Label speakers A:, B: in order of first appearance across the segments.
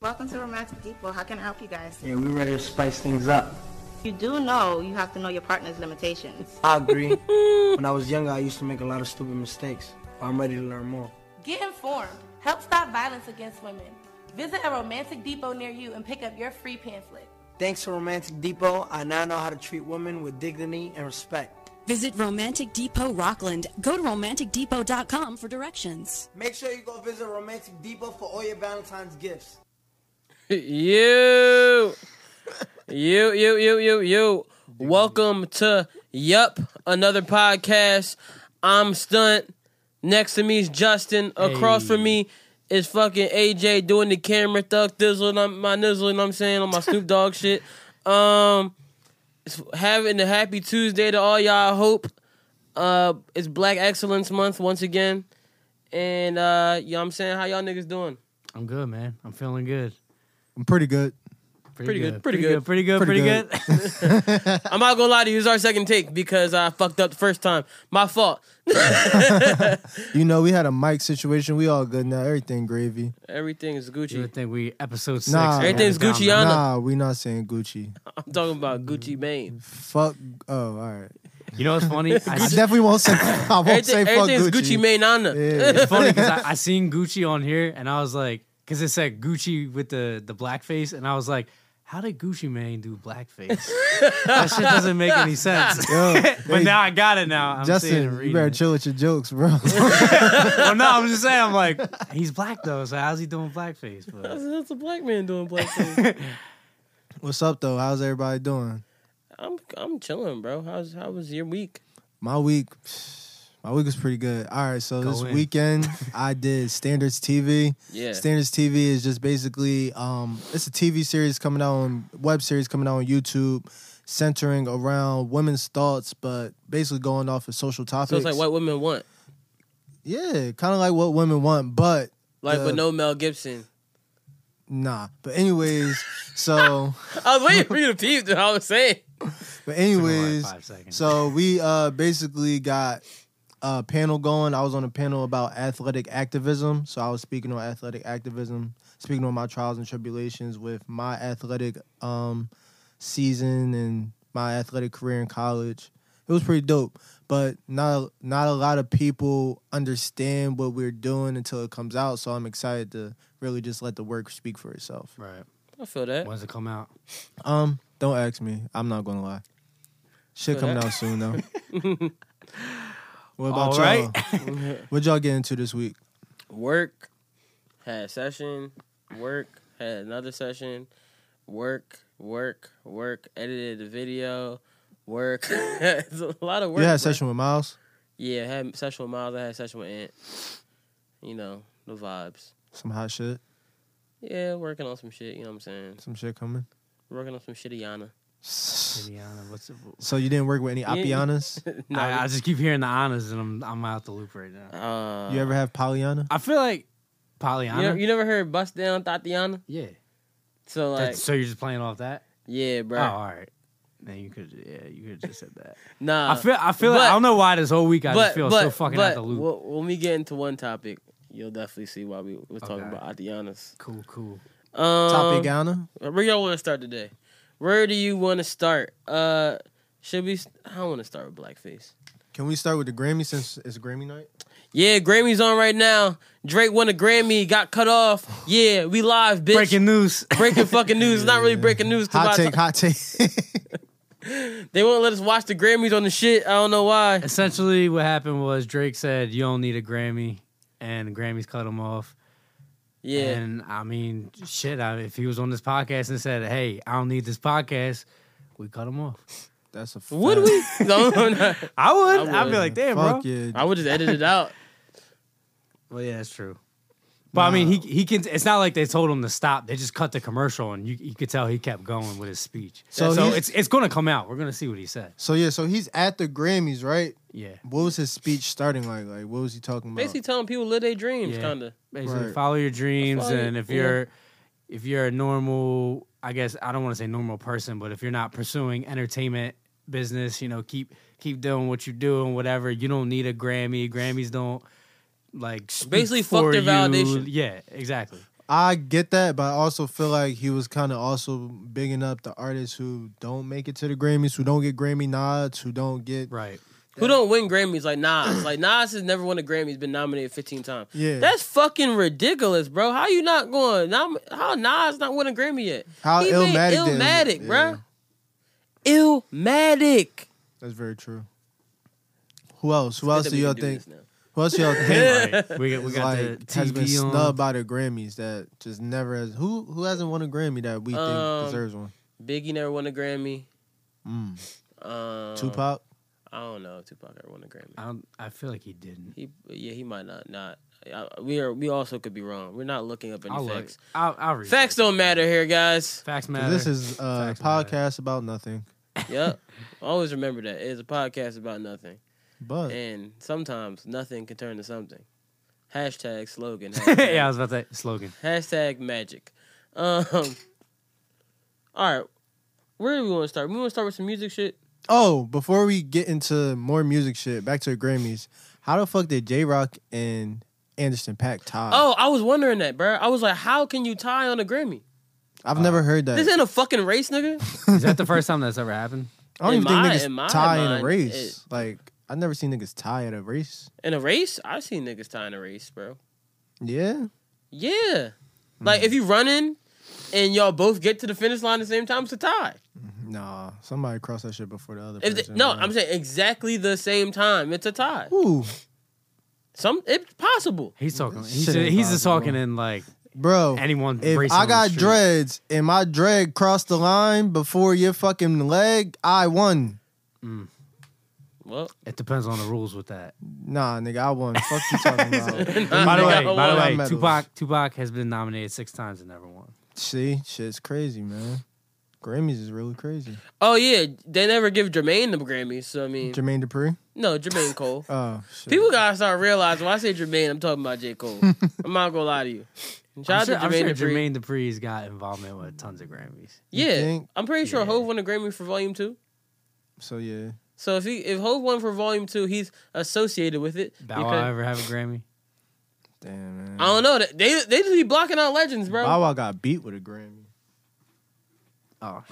A: Welcome to Romantic Depot. How can I help you guys?
B: Yeah, we ready to spice things up.
A: You do know you have to know your partner's limitations.
B: I agree. when I was younger, I used to make a lot of stupid mistakes. I'm ready to learn more.
C: Get informed. Help stop violence against women. Visit a romantic depot near you and pick up your free pamphlet.
B: Thanks to Romantic Depot, I now know how to treat women with dignity and respect.
D: Visit Romantic Depot Rockland. Go to romanticdepot.com for directions.
B: Make sure you go visit Romantic Depot for all your Valentine's gifts.
E: you, you, you, you, you, you. Welcome to Yup, another podcast. I'm Stunt. Next to me is Justin. Across from me is fucking AJ doing the camera thug thizzle. and I'm- My nizzle, you know what I'm saying? On my Snoop Dogg shit. Um, it's having a happy Tuesday to all y'all. I hope uh, it's Black Excellence Month once again. And uh, you know what I'm saying? How y'all niggas doing?
F: I'm good, man. I'm feeling good.
G: I'm pretty good.
E: Pretty good, pretty good.
F: Pretty good. Pretty
G: Pretty
F: good.
E: I'm not gonna lie to you. This is our second take because I fucked up the first time. My fault.
G: You know, we had a mic situation. We all good now. Everything gravy.
E: Everything is
F: you
E: Gucci.
F: would think we episode six.
G: Nah.
F: we had
E: Everything's
F: it down,
E: Gucci,
F: man.
E: I know.
G: Nah, we not saying Gucci.
E: I'm talking about Gucci Mane.
G: Fuck. Oh, all right.
F: You know what's funny? I,
G: I definitely won't say. I won't say
E: Everything,
G: fuck
E: everything's
G: Gucci.
E: Gucci, Mane on there.
G: Yeah.
F: it's funny because I, I seen Gucci on here and I was like, because it said Gucci with the the blackface, and I was like, how did Gucci Mane do blackface? that shit doesn't make any sense.
G: Yo,
F: but
G: hey,
F: now I got it. Now I'm seeing it
G: Justin, you
F: reading
G: better
F: it.
G: chill with your jokes, bro.
F: well, no, I'm just saying. I'm like, he's black though, so how's he doing blackface? But
E: That's, that's a black man doing black things.
G: What's up though? How's everybody doing?
E: I'm I'm chilling, bro. How's how was your week?
G: My week, my week was pretty good. All right, so
F: Go
G: this
F: in.
G: weekend I did Standards TV.
E: Yeah.
G: Standards TV is just basically um, it's a TV series coming out on web series coming out on YouTube, centering around women's thoughts, but basically going off of social topics.
E: So it's like what women want,
G: Yeah, kind of like what women want, but
E: like
G: Yeah.
E: but no Mel Gibson.
G: nah. But anyways, so
E: I was waiting for you to peep. Dude. I was saying.
G: but
F: like
G: anyways,
F: five seconds.
G: so we uh basically got a panel going. I was on a panel about athletic activism, so I was speaking on athletic activism, speaking on my trials and tribulations with my athletic um season and my athletic career in college. It was pretty dope, but not not a lot of people understand what we're doing until it comes out. So I'm excited to really just let the work speak for itself.
F: right.
E: I feel that.
F: When's it come out?
G: Um, don't ask me. I'm not gonna lie. Shit coming out soon though. what about
F: All
G: y'all? what y'all get into this week?
E: Work had a session. Work had another session. Work, work, work. Edited the video. Work. it's a lot of work.
G: you had
E: bro.
G: a session with Miles.
E: Yeah, I had session with Miles. I had session with Ant. You know the vibes.
G: Some hot shit.
E: Yeah, working on some shit. You know what I'm saying?
G: Some shit coming.
E: Working on some shit, Yana.
G: So
F: Indiana. What's it?
G: you didn't work with any
E: Yeah.
G: Apianas?
E: No,
F: I, I just keep hearing the honors, and I'm I'm out the loop right now.
E: uh,
G: You ever have Pollyanna?
F: I feel like
E: You,
F: Pollyanna.
E: never, you never heard "Bust Down Tatiana"?
F: yeah.
E: So like,
F: That's- so you're just playing off that?
E: yeah, bro.
F: Oh, all right. Then you could, yeah, you could just said that.
E: Nah,
F: I feel, I feel, like,
E: Uh, but-
F: I don't know why this whole week I
E: but
F: just feel
E: but
F: so fucking
E: but
F: out the loop.
E: wh- when we get into one topic, you'll definitely see why we were talking
F: Okay.
E: about Tatiana's.
F: cool, cool.
E: Um,
G: Tatiana?
E: Where y'all want to start today? Where do you want to start? Uh, should we? s- I want to start with blackface.
G: Can we start with the Grammy since it's Grammy night?
E: Yeah, Grammy's on right now. Drake won a Grammy, got cut off. Yeah, we live, bitch.
F: Breaking news.
E: Breaking fucking news. It's Not really breaking news. 'cause
G: Hot
E: by the
G: take, hot take.
E: time- They won't let us watch the Grammys on the shit. I don't know why.
F: Essentially, what happened was Drake said, "You don't need a Grammy," and the Grammys cut him off.
E: Yeah.
F: And I mean, shit. I, if he was on this podcast and said, "Hey, I don't need this podcast," we cut him off.
G: That's a fact.
E: Would we? No, no, no.
F: I would.
E: I
F: I'd
E: would.
F: be like, "Damn, bro."
G: Fuck yeah.
E: I would just edit it out.
F: Well, yeah, that's true. But I mean, he he can. It's not like they told him to stop. They just cut the commercial, and you you could tell he kept going with his speech.
G: So
F: So, so
G: he's-
F: it's it's going to come out. We're going to see what he said.
G: So yeah, so he's at the Grammys, right?
F: Yeah,
G: What was his speech starting like? Like what was he talking about?
E: Basically telling people live their dreams,
F: Yeah.
E: kinda.
F: basically
G: Right.
F: follow your dreams,
E: Follow your-
F: and if
E: yeah.
F: you're if you're a normal, I guess I don't want to say normal person, but if you're not pursuing entertainment business, you know, keep keep doing what you do and whatever. You don't need a Grammy. Grammys don't like speak
E: Basically, fuck
F: for
E: their
F: you.
E: validation.
F: Yeah, exactly.
G: I get that, but I also feel like he was kind of also bigging up the artists who don't make it to the Grammys, who don't get Grammy nods, who don't get
F: Right.
E: Who don't win Grammys like Nas? Like Nas has never won a Grammy. He's been nominated 15 times.
G: Yeah.
E: That's fucking ridiculous, bro. How you not going? Nom- How Nas not won a Grammy yet?
G: how
E: He made
G: Illmatic. did.
E: Illmatic,
G: Yeah,
E: bro. Illmatic.
G: That's very true. Who else? Who
E: Good
G: else
E: that
G: do
E: we
G: y'all
E: can do
G: think?
E: this now.
G: Who else do y'all think
F: Right. We got we got the
G: like
F: TV
G: has been
F: on.
G: snubbed by the Grammys that just never has? Who who hasn't won a Grammy that we
E: Um,
G: think deserves one?
E: Biggie never won a Grammy.
G: Mm.
E: Um,
G: Tupac.
E: I don't know if Tupac ever won a Grammy.
F: I don't, I feel like he didn't.
E: He yeah, he might not. Not I, we are. We also could be wrong. We're not looking up any
F: I'll look.
E: facts.
F: I'll, I'll read.
E: Facts don't matter here, guys.
F: Facts
G: So
F: matter.
G: This is uh,
F: Facts
G: a
F: matter.
G: podcast about nothing,
E: yep. Always remember that it's a podcast about nothing,
G: but
E: and sometimes nothing can turn to something. Hashtag slogan. Hashtag,
F: yeah, I was about to say slogan.
E: hashtag magic. Um. All right. Where do we want to start? We want to start with some music shit.
G: Oh, before we get into more music shit, back to the Grammys. How the fuck did J Rock and Anderson Pack tie?
E: Oh, I was wondering that, bro. I was like, how can you tie on a Grammy?
G: I've never heard that.
E: This ain't a fucking race, nigga.
F: Is that the first time that's ever happened?
G: I don't
E: in
G: even think
E: my-
G: niggas
E: in my
G: tie in
E: mind,
G: a race. like I've never seen niggas tie at a race.
E: In a race, I seen niggas tying a race, bro.
G: Yeah,
E: Yeah. Like if you running and y'all both get to the finish line at the same time, it's a tie.
G: nah. Somebody crossed that shit before the other.
E: If the-
G: person,
E: no,
G: man.
E: I'm saying exactly the same time, it's a tie.
G: Ooh,
E: Some it's possible.
F: He's talking. He's,
G: Shit ain't
F: he's just
G: possible.
F: talking in like
G: bro.
F: anyone.
G: If
F: racing on
G: I
F: the
G: got
F: street.
G: dreads and my dread crossed the line before your fucking leg, I won.
E: Well,
F: it depends on the rules with that.
G: Nah, nigga, I won. Fuck you talking about.
E: By
F: By
E: Yeah,
F: the way,
E: but
F: by
E: why
F: the way,
G: medals?
F: Tupac Tupac has been nominated six times and never won.
G: See, shit's crazy, man. Grammys is really crazy.
E: oh yeah, they never give Jermaine the Grammy. So I mean,
G: Jermaine Dupri.
E: no, Jermaine Cole.
G: Oh shit.
E: People gotta start realizing when I say Jermaine, I'm talking about J Cole. I'm not gonna lie to you. Shout
F: I'm
E: out
F: sure,
E: to
F: I'm
E: Jermaine,
F: sure
E: Dupri.
F: Jermaine Dupri's got involvement with tons of Grammys.
G: You
E: Yeah,
G: think?
E: I'm pretty sure
F: Yeah.
E: Hove won a Grammy for Volume Two.
G: So yeah,
E: So if he if Hove won for Volume Two, he's associated with it.
F: Bow Wow
E: because-
F: ever have a Grammy?
G: damn man.
E: I don't know. They they just be blocking out legends, bro.
G: Bow Wow got beat with a Grammy.
F: Oh,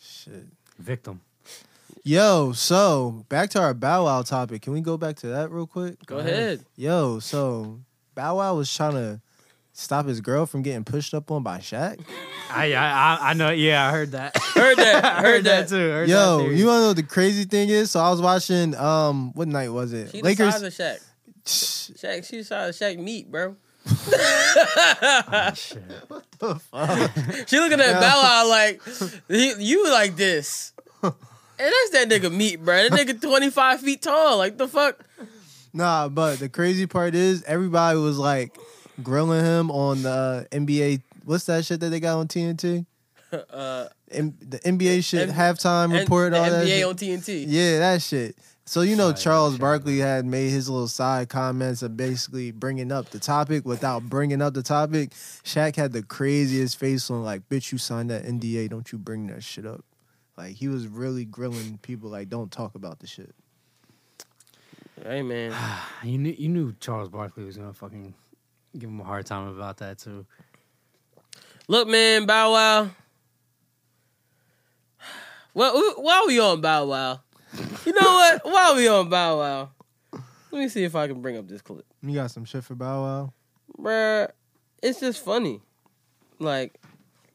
G: Shit.
F: victim.
G: Yo, so back to our Bow Wow topic. Can we go back to that real quick?
E: Go ahead.
G: Yo, so Bow Wow was trying to stop his girl from getting pushed up on by Shaq.
F: I, I I- I know. Yeah, I heard that.
E: Heard that.
F: I
E: Heard, that.
F: too. Heard that
G: Yo,
F: theory.
G: you wanna know what the crazy thing is? So I was watching um what night was it?
E: She the
G: Lakers
E: size of Shaq. Shaq. She the size of Shaq meat, bro.
F: Oh, shit.
E: She looking at Bow Wow like he, you like this. And that's that nigga meat, bro. That nigga twenty five feet tall. Like the fuck.
G: Nah, but the crazy part is everybody was like grilling him on the uh, NBA what's that shit that they got on TNT?
E: Uh,
G: M- the NBA shit
E: N-
G: halftime
E: and
G: report
E: the
G: all that.
E: NBA
G: shit.
E: on TNT.
G: Yeah, that shit. So you know Charles Barkley had made his little side comments of basically bringing up the topic without bringing up the topic. Shaq had the craziest face on like, bitch, you signed that NDA, don't you bring that shit up. Like he was really grilling people like, don't talk about the shit.
E: Hey man.
F: You knew you knew Charles Barkley was gonna fucking give him a hard time about that too.
E: Look, man, Bow Wow. Well, w- while we on Bow Wow, you know what? While we on Bow Wow, let me see if I can bring up this clip,
G: You got some shit for Bow Wow?
E: bruh. It's just funny. Like,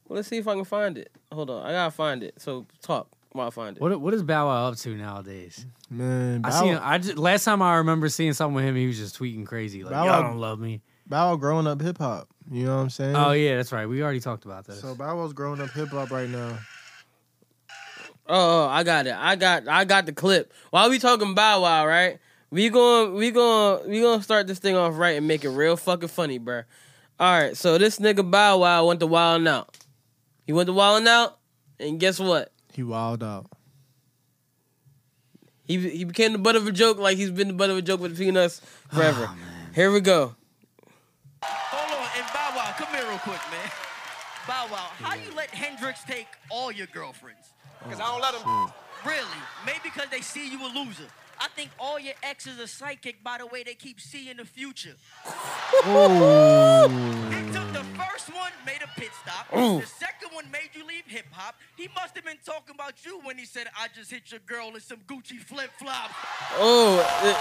E: well, let's see if I can find it. Hold on, I gotta find it. So talk while I find it.
F: What what is Bow Wow up to nowadays?
G: Man, Bow,
F: I seen. I just, last time I remember seeing something with him, he was just tweeting crazy like,
G: Bow
F: "Y'all
G: Wow-
F: don't love me."
G: Bow Wow growing up hip hop. You know what I'm saying?
F: Oh yeah, that's right. We already talked about this.
G: So Bow Wow's growing up hip hop right now.
E: Oh, oh, I got it. I got I got the clip. While we talking Bow Wow, right? We going we going we going to start this thing off right and make it real fucking funny, bruh. All right, so this nigga Bow Wow went to Wildin' Out. He went to Wildin' Out, and guess what?
G: He wild out.
E: He he became the butt of a joke like he's been the butt of a joke between us
F: Oh,
E: forever. Here we go.
H: Hold on, and Bow Wow, come here real quick, man. Bow Wow, how you let Hendrix take all your girlfriends? Because I don't let him. Really? Maybe because they see you a loser. I think all your exes are psychic by the way they keep seeing the future. He took the first first one made a pit stop.
E: Ooh.
H: The second one made you leave hip hop. He must have been talking about you when he said, "I just hit your girl in some Gucci flip flops."
E: Oh,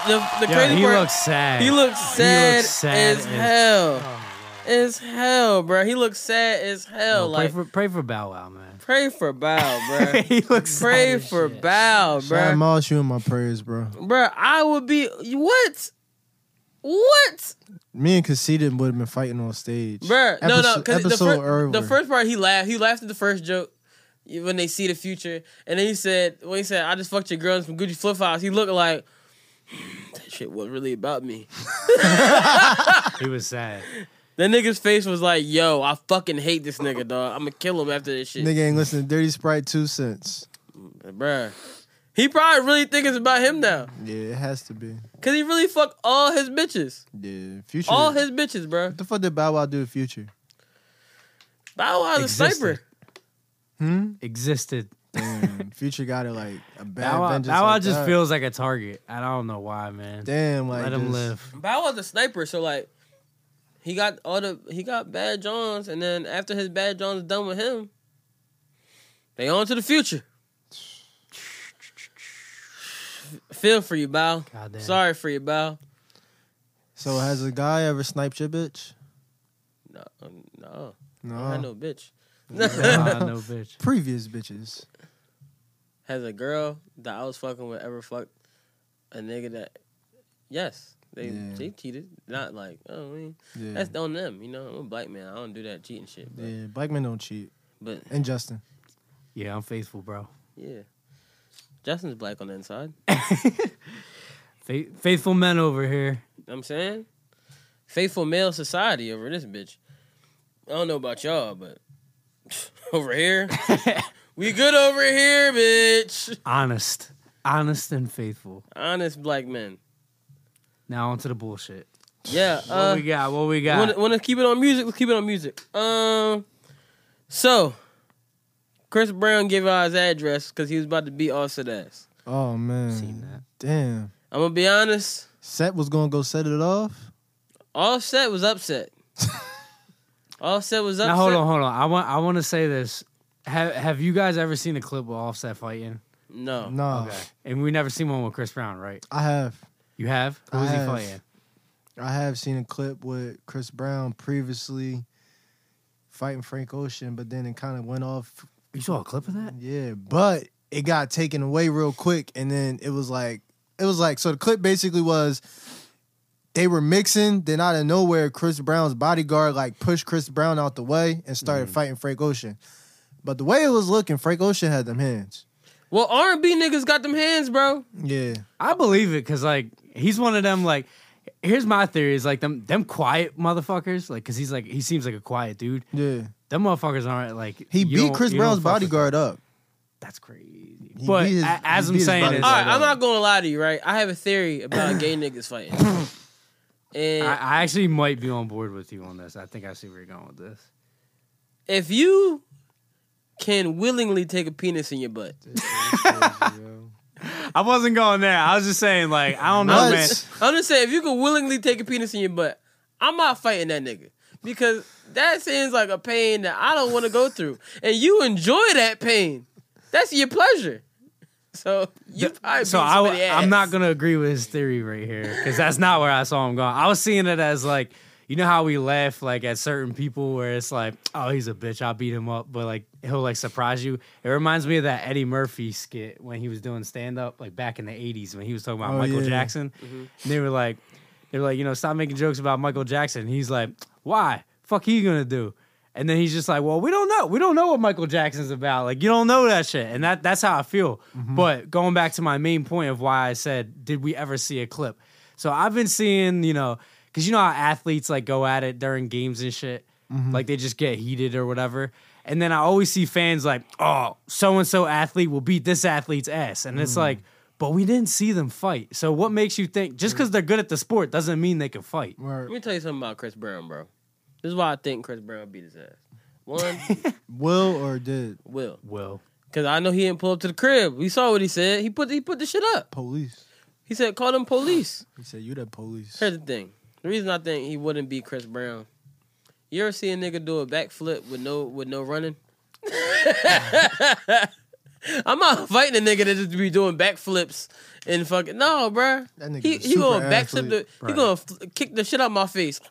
E: the, the, the
F: Yo,
E: crazy
F: he
E: part.
F: looks sad.
E: He looks sad, as hell.
F: Oh,
E: as hell, bro. He looks sad as
F: no,
E: hell.
F: pray
E: like
F: for pray for Bow Wow, man.
E: pray for Bow, bro.
F: he looks
E: pray
F: sad as
E: for
F: shit.
E: Bow,
G: Sean
E: bro.
G: Moss, you in my prayers, bro.
E: Bro, I would be what? What?
G: Me and Conceited would have been fighting on stage.
E: Bruh, no, no, because the,
G: episode
E: fir- the
G: over.
E: first part he laughed. He laughed at the first joke when they see the future, and then he said, "When he said, I just fucked your girl in some Gucci flip flops," he looked like "Mm, that shit was really about me.
F: He was sad.
E: That nigga's face was like, "Yo, I fucking hate this nigga, dog. I'm gonna kill him after this shit,
G: Nigga ain't listening to Dirty Sprite two cents.
E: bruh." He probably really thinks it's about him now,
G: Yeah, it has to be.
E: cause he really fucked all his bitches,
G: Yeah, future.
E: all his bitches, bro.
G: What the fuck did Bow Wow do to Future?
E: Bow Wow the
F: Existed.
E: sniper.
G: Hmm.
F: Existed.
G: Damn, Future got it like a bad
F: Bow Wow,
G: vengeance.
F: Bow Wow
G: like
F: just
G: that.
F: feels like a target. I don't know why, man.
G: Damn, like
F: Let him
G: just-
F: live.
E: Bow Wow's a sniper, so like he got all the he got bad Johns, and then after his bad Johns done with him, they on to the future. Feel for you, Bow.
F: Goddamn.
E: Sorry for you, Bow.
G: So has a guy ever sniped your bitch?
E: No, um, no, I
G: No.
E: had no bitch.
F: Nah, no bitch.
G: Previous bitches.
E: Has a girl that I was fucking with ever fucked a nigga that? Yes, they
G: Yeah.
E: they cheated. Not like oh, I mean,
G: Yeah.
E: that's on them. You know, I'm a black man. I don't do that cheating shit. But,
G: yeah, black men don't cheat.
E: but
G: And Justin.
F: Yeah, I'm faithful, bro.
E: yeah, Justin's black on the inside.
F: Fa- faithful men over here.
E: know what I'm saying? Faithful male society over this bitch. I don't know about y'all, but over here, we good over here, bitch.
F: Honest, honest and faithful.
E: Honest black men.
F: Now onto the bullshit.
E: Yeah.
F: What
E: Uh,
F: we got? What we got?
E: want to keep it on music? Let's keep it on music. Um. So, Chris Brown gave out his address because he was about to beat Offset ass.
G: Oh man.
F: Seen that.
G: Damn.
E: I'm gonna be honest.
G: Set was gonna go set it off.
E: Offset was upset. Offset was upset.
F: Now hold on, hold on. I want I want to say this. Have Have you guys ever seen a clip with Offset fighting? Oh,
E: No.
G: No.
F: And we never seen one with Chris Brown, right?
G: I have.
F: You have? Who
G: I
F: was he
G: have.
F: fighting?
G: I have seen a clip with Chris Brown previously fighting Frank Ocean, but then it kind of went off.
F: You saw a clip of that?
G: Yeah, but it got taken away real quick, and then it was like it was like so. The clip basically was they were mixing. Then out of nowhere, Chris Brown's bodyguard like pushed Chris Brown out the way and
F: Mm.
G: started fighting Frank Ocean. But the way it was looking, Frank Ocean had them hands.
E: Well, R&B niggas got them hands, bro.
G: Yeah,
F: I believe it because like he's one of them. Like, here's my theory: is like them them quiet motherfuckers. Like, cause he's like he seems like a quiet dude.
G: yeah.
F: Them motherfuckers aren't like
G: He
F: you
G: beat
F: don't-
G: Chris
F: you don't
G: Brown's
F: fuck with
G: bodyguard up.
F: them. That's crazy.
G: He
F: but
G: beat his-
F: a- as
G: he
F: I'm
G: beat his
F: saying,
G: bodyguard
F: is,
E: All right,
G: Right
E: I'm
G: on.
E: not gonna lie to you, right? I have a theory about gay niggas fighting, and
F: I, I actually might be on board with you on this. I think I see where you're going with this.
E: if you can willingly take a penis in your butt,
F: I wasn't going there. I was just saying, like, I don't know,
G: What?
F: man.
E: I'm just saying if you can willingly take a penis in your butt, I'm not fighting that nigga because that seems like a pain that I don't want to go through, and you enjoy that pain. That's your pleasure. So you probably
F: So
E: beat
F: I,
E: somebody ass.
F: am not gonna agree with his theory right here because that's not where I saw him going. I was seeing it as like, you know how we laugh like at certain people where it's like, oh, he's a bitch, I'll beat him up, but like he'll like surprise you. It reminds me of that Eddie Murphy skit when he was doing stand up like back in the '80s when he was talking about
G: Oh,
F: Michael
G: yeah.
F: Jackson. And they were like, they were like, you know, stop making jokes about Michael Jackson. And he's like, why? Fuck, he gonna do. And then he's just like, well, we don't know. We don't know what Michael Jackson's about. Like, you don't know that shit. And that that's how I feel. But going back to my main point of why I said, did we ever see a clip? So I've been seeing, you know, because you know how athletes like go at it during games and shit. Like they just get heated or whatever. And then I always see fans like, oh, so and so athlete will beat this athlete's ass. And it's like, but we didn't see them fight. So what makes you think just because they're good at the sport doesn't mean they can fight?
E: Let me tell you something about Chris Brown, bro. This is why I think Chris Brown beat his ass. One,
G: Will or did
E: Will,
F: Well,
E: because I know he didn't pull up to the crib. We saw what he said. He put he put the shit up.
G: police?
E: He said, call them police.
G: He said, "You the police."
E: Here's the thing. The reason I think he wouldn't beat Chris Brown You ever see a nigga do a backflip with no with no running? I'm not fighting a nigga that just be doing backflips and fucking no, bruh.
G: That nigga's
E: He
G: a
E: he gonna
G: super
E: backflip the
G: athlete.
E: he gonna f- kick the shit out my face.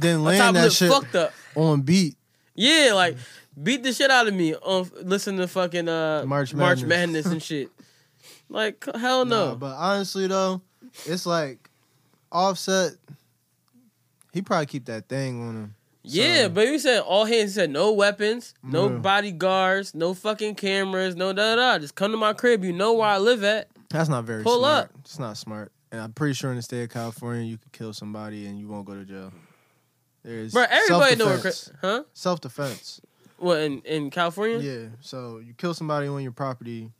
G: Then
E: My top lip
G: land that shit
E: fucked up.
G: on beat.
E: Yeah,
G: Mm-hmm.
E: like beat the shit out of me on listen to fucking uh March
G: March
E: Madness,
G: Madness.
E: and shit. Like hell
G: Nah,
E: no.
G: but honestly though, it's like Offset. He probably keep that thing on him.
E: yeah,
G: so-
E: but you said all hands. He said no weapons, no
G: Yeah.
E: bodyguards, no fucking cameras, no da da. da. Just come to my crib. You know where I live at.
G: That's not very
E: Pull
G: smart.
E: up.
G: It's not smart. And I'm pretty sure in the state of California, you could kill somebody and you won't go to jail. There's
E: Bro, everybody know where. cri-
G: self-defense.
E: Huh?
G: self defense.
E: What in, in California?
G: Yeah. So you kill somebody on your property.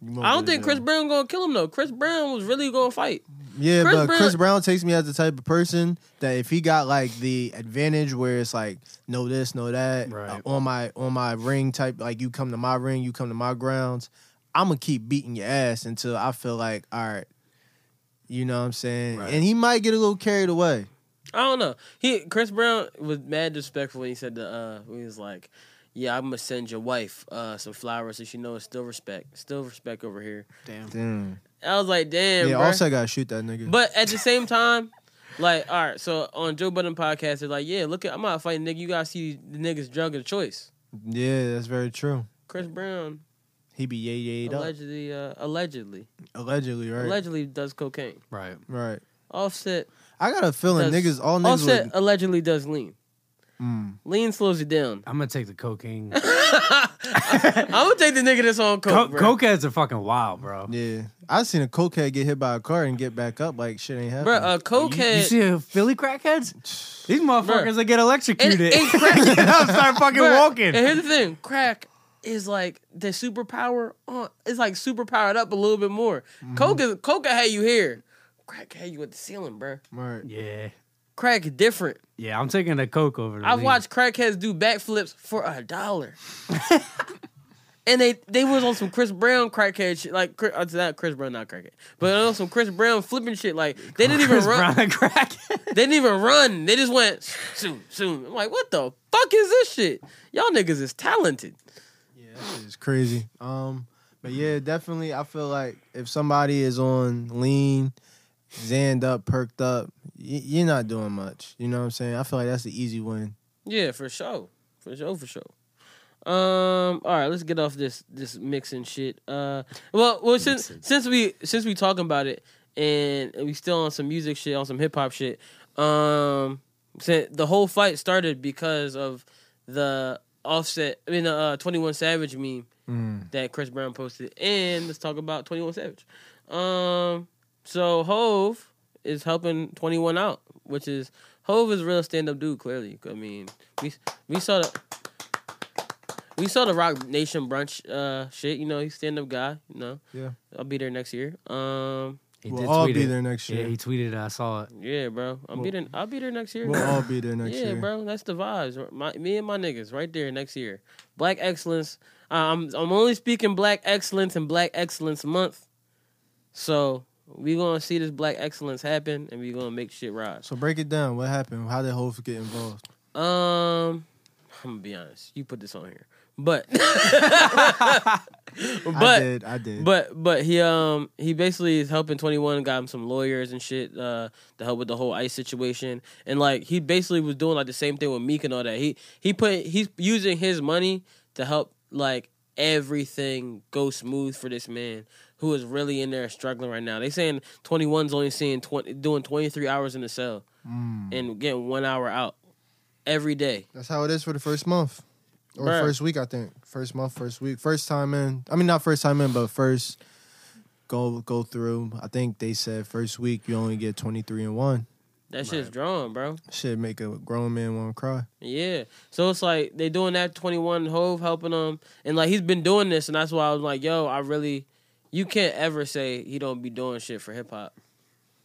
G: You won't
E: I
G: go
E: don't
G: to
E: think
G: jail.
E: Chris Brown gonna kill him though. Chris Brown was really gonna fight.
G: Yeah,
E: Chris
G: but
E: Brown-
G: Chris Brown takes me as the type of person that if he got like the advantage where it's like know this, know that,
F: Right.
G: uh, on my on my ring type, like you come to my ring, you come to my grounds, I'm gonna keep beating your ass until I feel like all right, you know what I'm saying.
F: Right.
G: And he might get a little carried away.
E: I don't know. He Chris Brown was mad disrespectful when he said the uh when he was like, Yeah, I'm gonna send your wife uh some flowers so she knows still respect. Still respect over here.
F: Damn.
G: Damn.
E: I was like, damn.
G: yeah,
E: bruh.
G: also gotta shoot that nigga.
E: But at the same time, like, all right, so on Joe Budden podcast, they're like, Yeah, look at I'm not fighting nigga, you gotta see the niggas drug of choice.
G: yeah, that's very true.
E: Chris Brown
G: He be yay yayed up
E: allegedly uh allegedly
G: allegedly, right?
E: allegedly does cocaine.
F: Right.
G: Right.
E: Offset
G: I got a feeling
E: does-
G: niggas, all niggas.
E: Offset
G: Would,
E: allegedly does lean.
G: Mm.
E: Lean slows you down.
F: I'm gonna take the cocaine.
E: I'm gonna take the nigga that's on
F: Co-
E: coke. bro.
F: cokeheads are fucking wild,
E: uh
F: bro.
G: yeah, I seen a cokehead get hit by a car and get back up like shit ain't
E: Bro,
G: happening.
E: uh,
F: You, you
E: cokehead.
F: see the Philly crackheads? These motherfuckers that get
E: and,
F: electrocuted.
E: and crack,
F: I'll start fucking
E: bruh,
F: walking.
E: And here's the thing: crack is like the superpower. On, it's like super powered up a little bit more.
F: Mm-hmm.
E: Coke, is, coke had you here. Crack had you at the ceiling, bro.
G: right.
F: Yeah.
E: Crack different.
F: Yeah, I'm taking the coke over. the
E: I've
F: lean.
E: watched crackheads do backflips for a dollar. And they, they was on some Chris Brown crackhead shit, like Chris, uh, not Chris Brown, not crackhead, but on some Chris Brown flipping shit. Like they didn't even
F: Chris
E: run.
F: Brown and crack.
E: They didn't even run. They just went soon, soon. I'm like, what the fuck is this shit? Y'all niggas is talented.
G: It's crazy. Um, but yeah, definitely. I feel like if somebody is on lean, zanned up, perked up, y- you're not doing much. You know what I'm saying? I feel like that's the easy win.
E: Yeah, for sure. For sure, for sure. Um, all right, let's get off this this mixing shit. Uh well well since since we since we talking about it and we still on some music shit, on some hip hop shit, um so the whole fight started because of the offset I mean the uh, twenty one savage meme that Chris Brown posted. And let's talk about twenty one savage. Um so Hove is helping twenty one out, which is Hove is a real stand up dude, clearly. I mean, we we saw the we saw the Rock Nation brunch uh shit, you know, he's stand up guy, you know.
G: Yeah.
E: I'll be there next year. Um
F: He
G: We'll
F: did
G: all
F: tweet
G: be
F: it.
G: there next
F: Yeah,
G: year.
F: he tweeted. it, I saw it.
E: yeah, bro. I'll be there I'll be there next year.
G: We'll all be there next
E: yeah,
G: year.
E: bro, that's the vibes. My, me and my niggas right there next year. Black excellence. Uh, I'm I'm only speaking black excellence and black excellence month. So we gonna see this black excellence happen and we gonna make shit rise.
G: So break it down. What happened? How did Hov get involved?
E: Um, I'm gonna be honest. You put this on here, but
G: I
E: but
G: did. I did.
E: but but he um he basically is helping 21 got him some lawyers and shit uh to help with the whole ice situation and like he basically was doing like the same thing with Meek and all that he he put he's using his money to help like everything go smooth for this man who is really in there struggling right now they saying 21's only seeing 20 doing 23 hours in the cell and getting one hour out every day
G: that's how it is for the first month. Or
E: Bruh.
G: first week, I think. First month, first week, first time in. I mean, not first time in, but first go go through. I think they said first week you only get twenty three and one.
E: that shit's drawn bro
G: Should make a grown man want to cry.
E: Yeah. So it's like they doing that twenty one Hove helping him and like he's been doing this and that's why I was like, yo, I really you can't ever say he don't be doing shit for hip hop.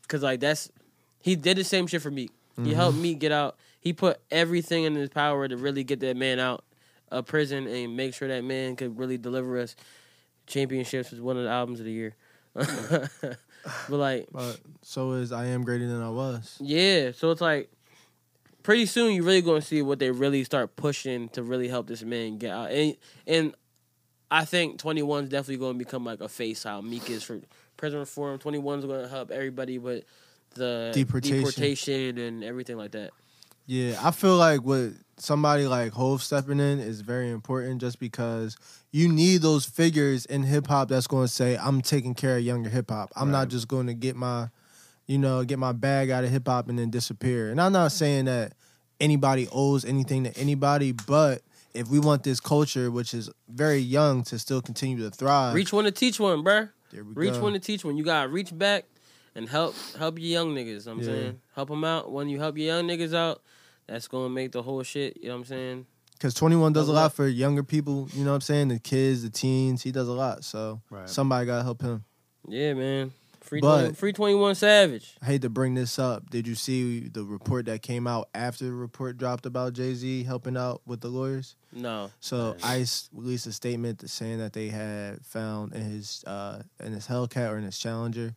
E: Cause like that's he did the same shit for Meek. He helped Meek get out. He put everything in his power to really get that man out of prison and make sure that man could really deliver us championships was one of the albums of the year. but like
G: But so is I am greater than I was.
E: yeah, so it's like pretty soon you're really going to see what they really start pushing to really help this man get out. And and I think 21's definitely going to become like a face how Meek is for prison reform. 21's going to help everybody with the
G: Deportation.
E: deportation and everything like that.
G: Yeah, I feel like with somebody like Hove stepping in is very important just because you need those figures in hip hop that's going to say, I'm taking care of younger hip hop. I'm not just going to get my, you know, get my bag out of hip hop and then disappear. And I'm not saying that anybody owes anything to anybody, but if we want this culture, which is very young, to still continue to thrive,
E: Reach one to teach one, bruh.
G: there Uh, we
E: Reach
G: go.
E: one to teach one. You gotta reach back and help help your young niggas. know what I'm
G: Yeah.
E: saying help them out. When you help your young niggas out, that's gonna make the whole shit. You know what I'm saying?
G: Because 21 does
E: Does
G: a
E: a lot.
G: lot for younger people, you know what I'm saying? The kids, the teens, he does a lot. So somebody got to help him.
E: Yeah, man. Free
G: But-
E: 20, free twenty one savage.
G: I hate to bring this up. Did you see the report that came out after the report dropped about Jay Z helping out with the lawyers?
E: No,
G: So ICE released a statement that- saying that they had found in his uh, in his Hellcat or in his Challenger.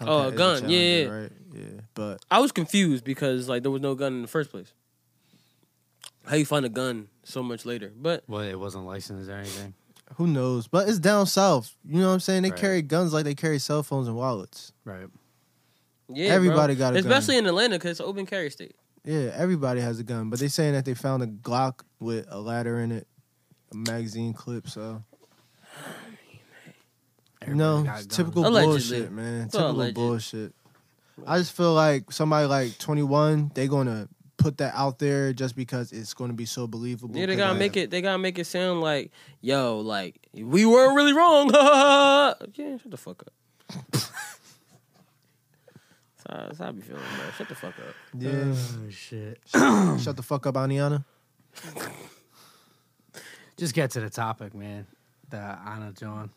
E: Oh, a
G: is
E: gun. Yeah, yeah,
G: Challenger, right. Yeah, but
E: I was confused because like there was no gun in the first place. How you find a gun so much later? But
F: Well, it wasn't licensed or anything.
G: who knows? But it's down south. You know what I'm saying? They
F: Right.
G: carry guns like they carry cell phones and wallets.
F: Right.
E: yeah,
G: Everybody
E: bro.
G: got a gun.
E: especially in Atlanta because it's open carry state.
G: Yeah, everybody has a gun, but they saying that they found a Glock with a ladder in it, a magazine clip. So
F: Everybody
G: no,
F: got
G: it's
F: guns.
G: typical
E: Allegedly.
G: bullshit, man.
E: It's all
G: typical
E: alleged.
G: bullshit. I just feel like somebody like Twenty One, they gonna put that out there just because it's gonna be so believable.
E: Yeah, they
G: 'cause
E: gotta
G: I-
E: make it. They gotta make it sound like, yo, like we were really wrong. yeah, shut the fuck up. that's, how, that's how I be feeling, bro. Shut the fuck up.
G: Yeah,
F: Oh, shit.
G: shut the fuck up, Aniana.
F: Just get to the topic, man. The Anna John.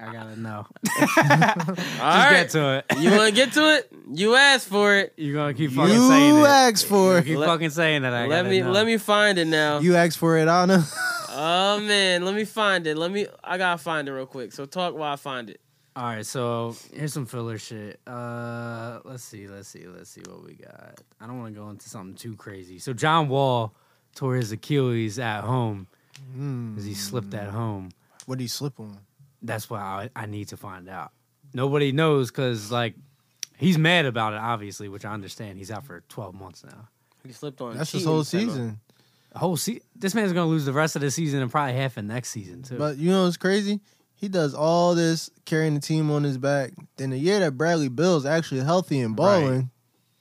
F: I gotta know. Just
E: All right,
F: get to it.
E: you wanna get to it? You asked for it.
F: You're gonna keep fucking saying
G: You
F: it.
G: asked for it.
F: keep
E: Let-
F: fucking saying that. I
E: Let
F: gotta
E: me
F: know.
E: let me find it now.
G: You asked for it, Anna.
E: oh man, let me find it. Let me. I gotta find it real quick. So talk while I find it.
F: All right, so here's some filler shit. Uh, let's see, let's see, let's see what we got. I don't want to go into something too crazy. So John Wall tore his Achilles at home
E: Hmm.
F: because he slipped at home.
G: what did he slip on?
F: That's what I, I need to find out. Nobody knows because like he's mad about it, obviously, which I understand. He's out for 12 months now.
E: He slipped on.
G: That's his
E: cheating
G: whole
E: fentanyl.
G: season.
F: The whole se- this man's gonna lose the rest of the season and probably half of next season too.
G: But you know what's crazy? He does all this carrying the team on his back. Then the year that Bradley Bill's actually healthy and balling,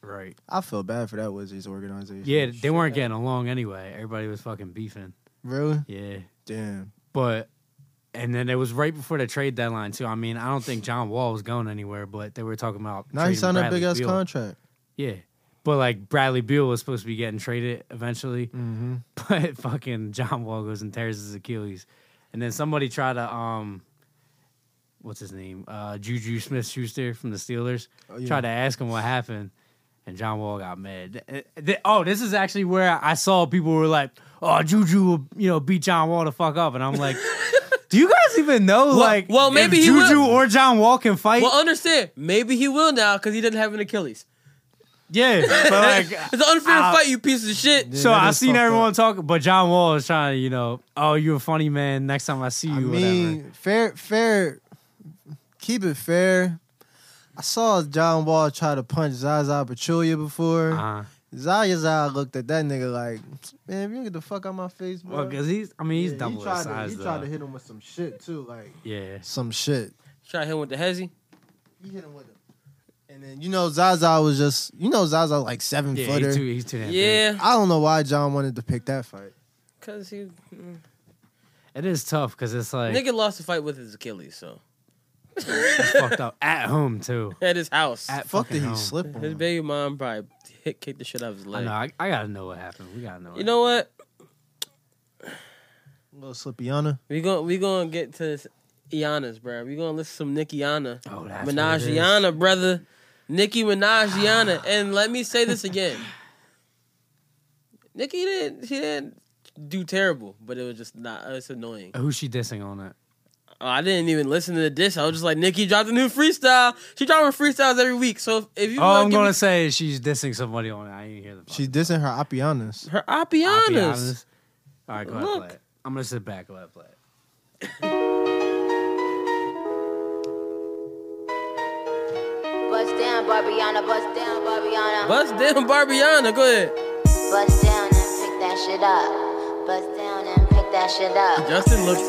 F: right?
G: I feel bad for that Wizards organization.
F: Yeah, they weren't getting along anyway. Everybody was fucking beefing.
G: really?
F: Yeah.
G: Damn.
F: But and then it was right before the trade deadline too. I mean, I don't think John Wall was going anywhere, but they were talking about
G: Now he
F: trading
G: signed a
F: Bradley
G: big ass
F: Beal.
G: contract.
F: Yeah, but like Bradley Beal was supposed to be getting traded eventually,
E: Mm-hmm.
F: but fucking John Wall goes and tears his Achilles, and then somebody tried to um, what's his name, uh, Juju Smith Schuster from the Steelers,
G: Oh, yeah.
F: tried to ask him what happened. And John Wall got mad. Th- th- Oh, this is actually where I saw people were like, "Oh, Juju will, you know, beat John Wall to fuck up," and I'm like, "Do you guys even know like
E: well,
F: if
E: maybe he
F: Juju
E: will."
F: or John Wall can fight?"
E: Well, understand. Maybe he will now because he didn't have an Achilles.
F: yeah, but like
E: It's an unfair
F: I-
E: fight, you piece of shit.
F: So
G: that
F: I
G: is
F: seen
G: fucked
F: everyone talking, but John Wall is trying to, you know, oh, you a funny man. Next time I see you,
G: I
F: whatever.
G: mean, fair, fair. Keep it fair. I saw John Wall try to punch Zaza Pachulia before.
F: Uh-huh.
G: Zaza looked at that nigga like, man, if you get the fuck out my face, bro.
F: Well, because he's, I mean, he's
G: Yeah,
F: double
G: he
F: his
G: tried,
F: size,
G: to, he
F: though.
G: tried to hit him with some shit too, like
F: yeah.
G: some shit.
E: Try him with the hezzy.
G: You hit him with it. And then you know Zaza was just you know Zaza like seven
F: Yeah,
G: footer.
F: he's too, he's too damn big.
E: Yeah,
G: I don't know why John wanted to pick that fight.
E: cause he
F: It is tough because it's like
E: nigga lost the fight with his Achilles, so
F: fucked up at home, too.
E: at his house.
F: At
G: Fuck
F: fucking
G: did he
F: home.
G: slip on?
E: His baby mom probably hit kicked the shit out of his
F: I
E: leg.
F: know. I, I got to know what happened. We got to know. what
E: You know what?
G: Little Slippiana.
E: We gon' we gonna get to this Iana's, bro. We gonna listen to some Nicki Iana,
F: happened. oh, that's what it is.
E: Menagiana, brother. Nicki Menagiana, and let me say this again. Nicki didn't she didn't do terrible, but it was just not. It's annoying. Uh,
F: Who's she dissing on it?
E: I didn't even listen to the diss. I was just like, Nikki dropped a new freestyle. She dropping freestyles every week. So if, if you
F: All
E: wanna
F: Oh, I'm
E: give
F: gonna
E: me
F: say is she's dissing somebody on it. I didn't hear the.
G: She's dissing her Apianas.
E: her
F: I'll be
E: Apianas.
F: honest. All right, go ahead.
E: Look.
F: Play it. I'm gonna sit back. Go ahead, play it.
I: Bust down, Barbiana, bust down, Barbiana.
E: Bust down Barbiana. Go ahead.
I: Bust down and pick that shit up. Bust down and pick that shit up.
E: Justin looks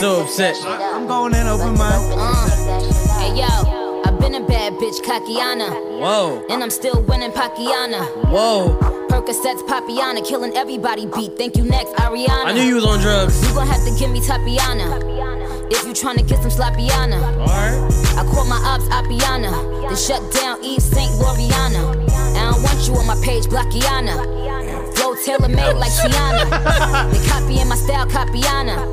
E: so upset.
F: I'm going in open mind.
I: Hey yo, I've been a bad bitch, Kakiana.
E: Whoa.
I: And I'm still winning Pakiana.
E: Whoa.
I: Percocets, Papiana, killing everybody beat. Thank you next, Ariana.
E: I knew you was on drugs.
I: You gon' have to give me Tapiana. If you tryna get some sloppyana.
E: Alright.
I: I call my ops Appiana. They shut down Eve St. Loriana. I don't want you on my page, Blackiana. Flow tailor made like Tiana. they copying my style, Capiana.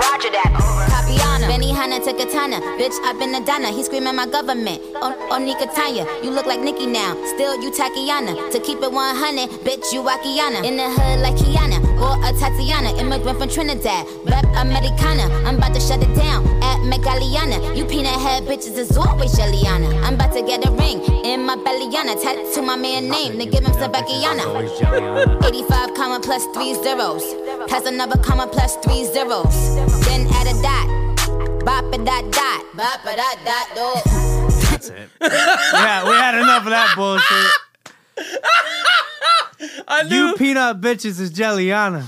I: Roger that. Capiana. Benny Hanna to Katana. Bitch, I've been a Donna. He screaming my government. O- Onika Tanya. You look like Nikki now. Still, you Takiana. To keep it 100, bitch, you Akiana. In the hood like Kiana. Or a Tatiana. Immigrant from Trinidad. Rep Americana. I'm about to shut it down at Megaliana. You peanut head bitches is always Jelliana. I'm about to get a ring in my bellyana. Tattoo my man name. Then give him some Beckiana.
F: Always Jelliana.
I: 85 comma plus three zeros. Plus another comma plus three zeros. Then add a dot. Bop a dot dot. Bop a dot dot dot.
F: That's it. yeah, we had enough of that bullshit.
E: I knew.
F: You peanut bitches is Jelliana,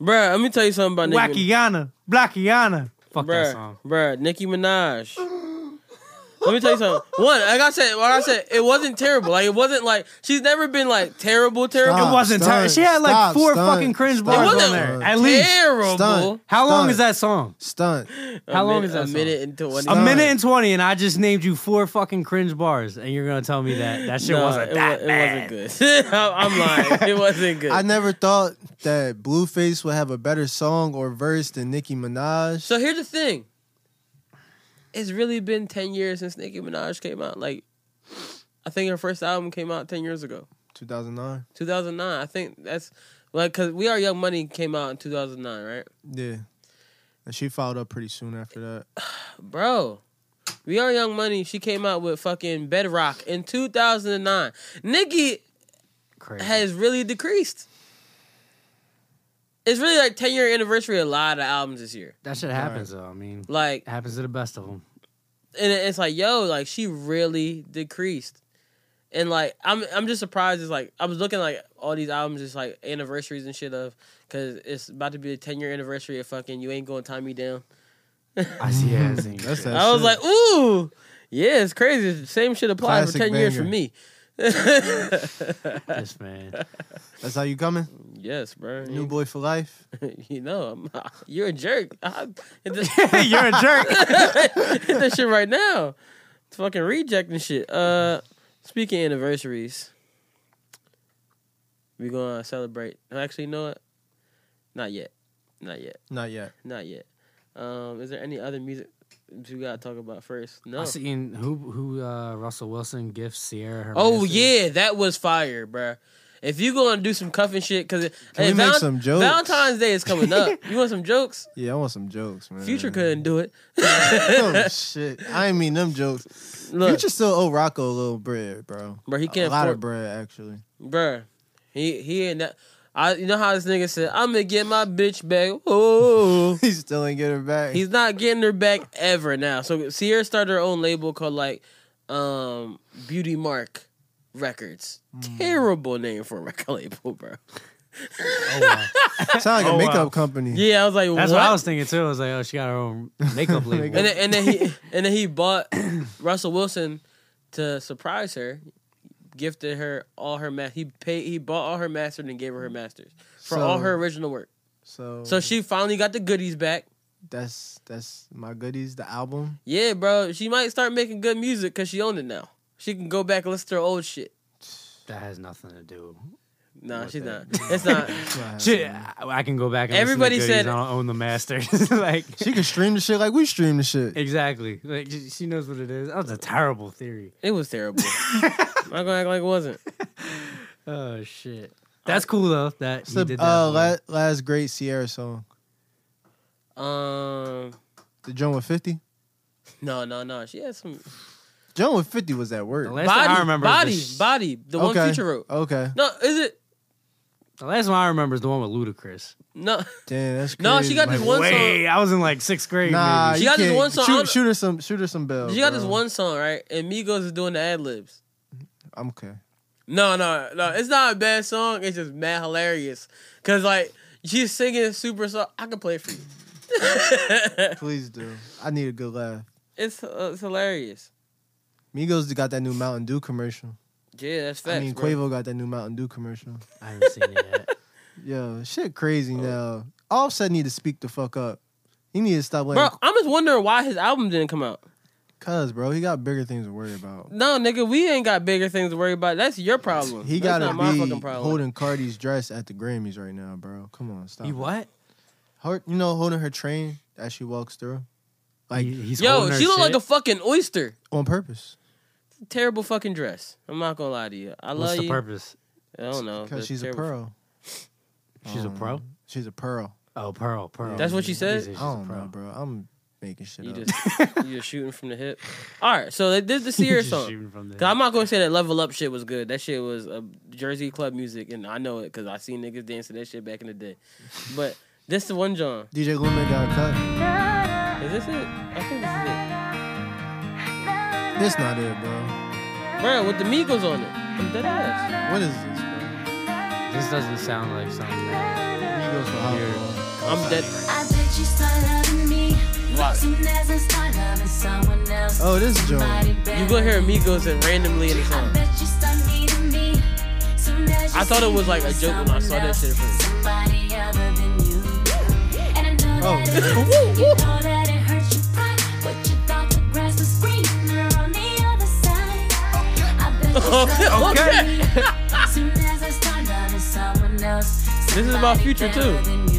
E: Bruh, let me tell you something about Nicki.
F: Wackiana, Blackiana. Fuck that
E: Bruh,
F: song.
E: bruh, Nicki Minaj. Let me tell you something. One, like I said, like I said, it wasn't terrible. Like it wasn't like she's never been like terrible, terrible.
G: Stop,
F: it wasn't
G: stop,
F: terrible. She had like
G: stop,
F: four
G: stop,
F: fucking cringe
G: stop.
E: It
F: bars on
E: wasn't
F: there.
G: Stop.
F: At least.
E: terrible.
G: Stunt.
F: How long
G: Stunt.
F: is that song?
G: Stunt.
E: A
F: How
E: min-
F: long is that
E: A
F: song?
E: minute and twenty.
F: A
G: Stop.
F: minute and twenty, and I just named you four fucking cringe bars, and you're gonna tell me that that shit
E: No,
F: wasn't
E: it,
F: that
E: wa-
F: bad.
E: it wasn't good. I'm I'm lying. It wasn't good.
G: I never thought that Blueface would have a better song or verse than Nicki Minaj.
E: So here's the thing. It's really been ten years since Nicki Minaj came out. Like, I think her first album came out ten years ago,
G: 2009.
E: 2009. I think that's like because We Are Young Money came out in 2009, right?
G: Yeah. And she followed up pretty soon after that.
E: Bro, We Are Young Money. She came out with fucking Bedrock in 2009. Nicki
F: Crazy.
E: has really decreased. It's really like 10 year anniversary. of A lot of albums this year.
F: that shit happens though. I mean,
E: Like,
F: it happens to the best of them.
E: and it- it's like, yo, like she really decreased. And like I'm I'm just surprised it's like I was looking like all these albums just like anniversaries and shit of cause it's about to be a ten year anniversary of fucking You Ain't Gonna Tie Me Down.
F: I see it. as in-
G: That's that
E: I was
G: shit.
E: like, ooh, yeah, it's crazy. The Same shit applied for
G: Classic
E: ten years for
G: banger.
E: me.
F: Yes, man.
G: That's how you coming?
E: Yes, bro.
G: New
E: You,
G: boy for life.
E: you know, I'm, you're a jerk. I, hit, this,
F: Hey, you're a jerk.
E: hit this shit right now. It's fucking rejecting shit. Uh, speaking of anniversaries, we gonna celebrate. Actually, you know what? Not yet. Not yet.
G: Not yet.
E: Not yet. Um, is there any other music that you gotta talk about first? No.
F: I seen who who uh, Russell Wilson gifts Sierra. Her
E: Oh yeah, that was fire, bruh. If you gonna do some cuffing shit, because
G: Can we make some jokes?
E: Valentine's Day is coming up. you want some jokes?
G: Yeah, I want some jokes, man.
E: Future couldn't do it.
G: oh shit! I ain't mean them jokes.
E: Look,
G: Future still owe Rocco a little bread, bro.
E: Bro, he can't
G: A lot
E: afford-
G: of bread, actually.
E: bruh, he he ain't that. I you know how this nigga said, I'm gonna get my bitch back. Oh,
G: He still ain't getting it back.
E: he's not getting her back ever now. So Sierra started her own label called like um Beauty Mark Records.
F: Hmm.
E: Terrible name for a record label, bro.
G: sound like
F: Oh,
G: a
F: wow.
G: makeup company.
E: Yeah, I was like,
F: That's
E: what?
F: what? I was thinking too. I was like, oh, she got her own makeup label.
E: and then, and then he and then he bought Russell Wilson to surprise her, gifted her all her ma- he paid he bought all her masters and gave her her masters for all
G: So-
E: her original work.
G: So,
F: Hmm.
E: So she finally got the goodies back.
G: that's that's my goodies. The album.
E: Yeah, bro, she might start making good music because she owned it now. She can go back and listen to her old shit.
F: that has nothing to do.
E: Nah,
F: What's
E: she's not.
F: that?
E: It's not.
F: Shit, I, I can go back. and listen to
E: Everybody
F: goodies.
E: said-
F: I don't own the masters. like
G: She can stream the shit like we stream the shit.
F: exactly. Like she she knows what it is. That was a terrible theory.
E: It was terrible. I'm not gonna act like it wasn't.
F: Oh shit. That's cool though. That
G: It's
F: he
G: the
F: did that.
G: uh,
F: for
G: la- last great Sierra song.
E: Um,
G: The Joan with 50?
E: no, no, no. She had some
G: Joan with 50 was that word.
F: The last
E: body,
F: one I remember. is
E: body,
F: the sh-
E: body. The
G: okay.
E: one Future wrote.
G: Okay.
E: No, is it?
F: The last one I remember is the one with Ludacris.
E: No,
G: Damn, that's crazy.
E: no. She got this one
F: Way,
E: song.
F: I was in like sixth grade.
G: Nah,
F: maybe.
E: She
G: you
E: got this
G: can't-
E: one song, I
G: Shoot,
E: don't-
G: shoot her some, shoot her some
F: Oh,
G: bells.
E: She got this
G: bro.
E: one song right, and Migos is doing the ad libs.
G: I'm okay.
E: No, no, no. It's not a bad song. It's just mad hilarious. Cause like she's singing super song. I can play it for you.
G: Please do. I need a good laugh.
E: it's uh, it's hilarious.
G: Migos got that new Mountain Dew commercial.
E: Yeah, that's facts.
G: I mean,
E: bro.
G: Quavo got that new Mountain Dew commercial.
F: I haven't seen it yet.
G: Yo, shit crazy
E: Oh.
G: now. Offset need to speak the fuck up. He need to stop letting
E: Bro, I'm just wondering why his album didn't come out.
G: cuz, bro. He got bigger things to worry about.
E: No, nigga, we ain't got bigger things to worry about. That's your problem.
G: He
E: That's
G: gotta
E: not my
G: be
E: fucking problem.
G: holding Cardi's dress at the Grammys right now, bro. Come on, stop.
F: You
G: it.
F: what?
G: Her, you know, holding her train as she walks through, like
F: He- he's
E: Yo,
F: holding her
E: she look like
F: shit?
E: a fucking oyster.
G: on purpose,
E: Terrible fucking dress. I'm not gonna lie to you. I
F: What's
E: love
F: the
E: you.
F: purpose?
E: I don't know.
G: because
E: That's
G: she's
E: terrible.
G: a pearl. Um,
F: She's a pro.
G: She's a pearl.
F: Oh, pearl, pearl.
E: That's what she said?
F: She's a
G: I don't
F: pearl.
G: know, bro. I'm making shit
E: You
G: up.
E: just you just shooting from the hip. All right, so like, this is the serious
F: Just
E: song.
F: shooting from the
E: 'Cause I'm not gonna say that level up shit was good. That shit was uh, Jersey club music, and I know it because I seen niggas dancing that shit back in the day. But this the one John.
G: DJ Lumen got cut.
E: Is this it? I think this is it.
G: This not it, bro.
E: Bro, with the Migos on it. I'm dead ass.
G: What is this, bro?
F: This doesn't sound like something. that-
G: Migos for alcohol.
E: I'm dead.
J: I bet you start loving me. Soon as I start loving someone else.
G: Oh, this joint.
J: somebody
E: You
J: better.
E: gonna hear Migos and randomly in the
J: I
E: song.
J: bet you start needing me. Soon as you
E: I thought it
J: see
E: was
J: me
E: like a
J: with
E: joke when I
J: someone
E: saw that
J: else,
E: shit first.
J: Somebody other than you. And I know
G: Oh.
J: that it hurts. you know that it hurts your pride. But you thought the grass was greener on the other side. I bet you start
E: Oh. okay.
J: Soon as I start loving someone else,
E: This is about Future, too.
J: somebody better than you.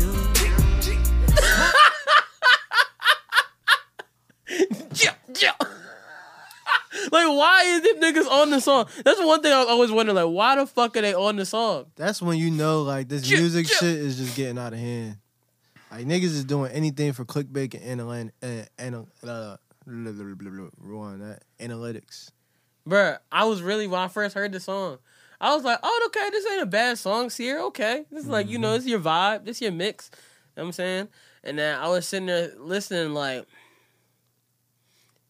E: Yeah, yeah. like, why is them niggas on the song? That's one thing I was always wondering. Like, why the fuck are they on the song?
G: That's when you know, like, this music shit is just getting out of hand. Like, niggas is doing anything for clickbait and analan- uh, anal- uh, blah, blah, blah, blah, blah, rewind that. analytics.
E: Bruh, I was really, when I first heard the song, I was like, oh, okay, this ain't a bad song, Sierra. Okay. This is like, you know, this is your vibe, this your mix. You know what I'm saying? And then I was sitting there listening, like,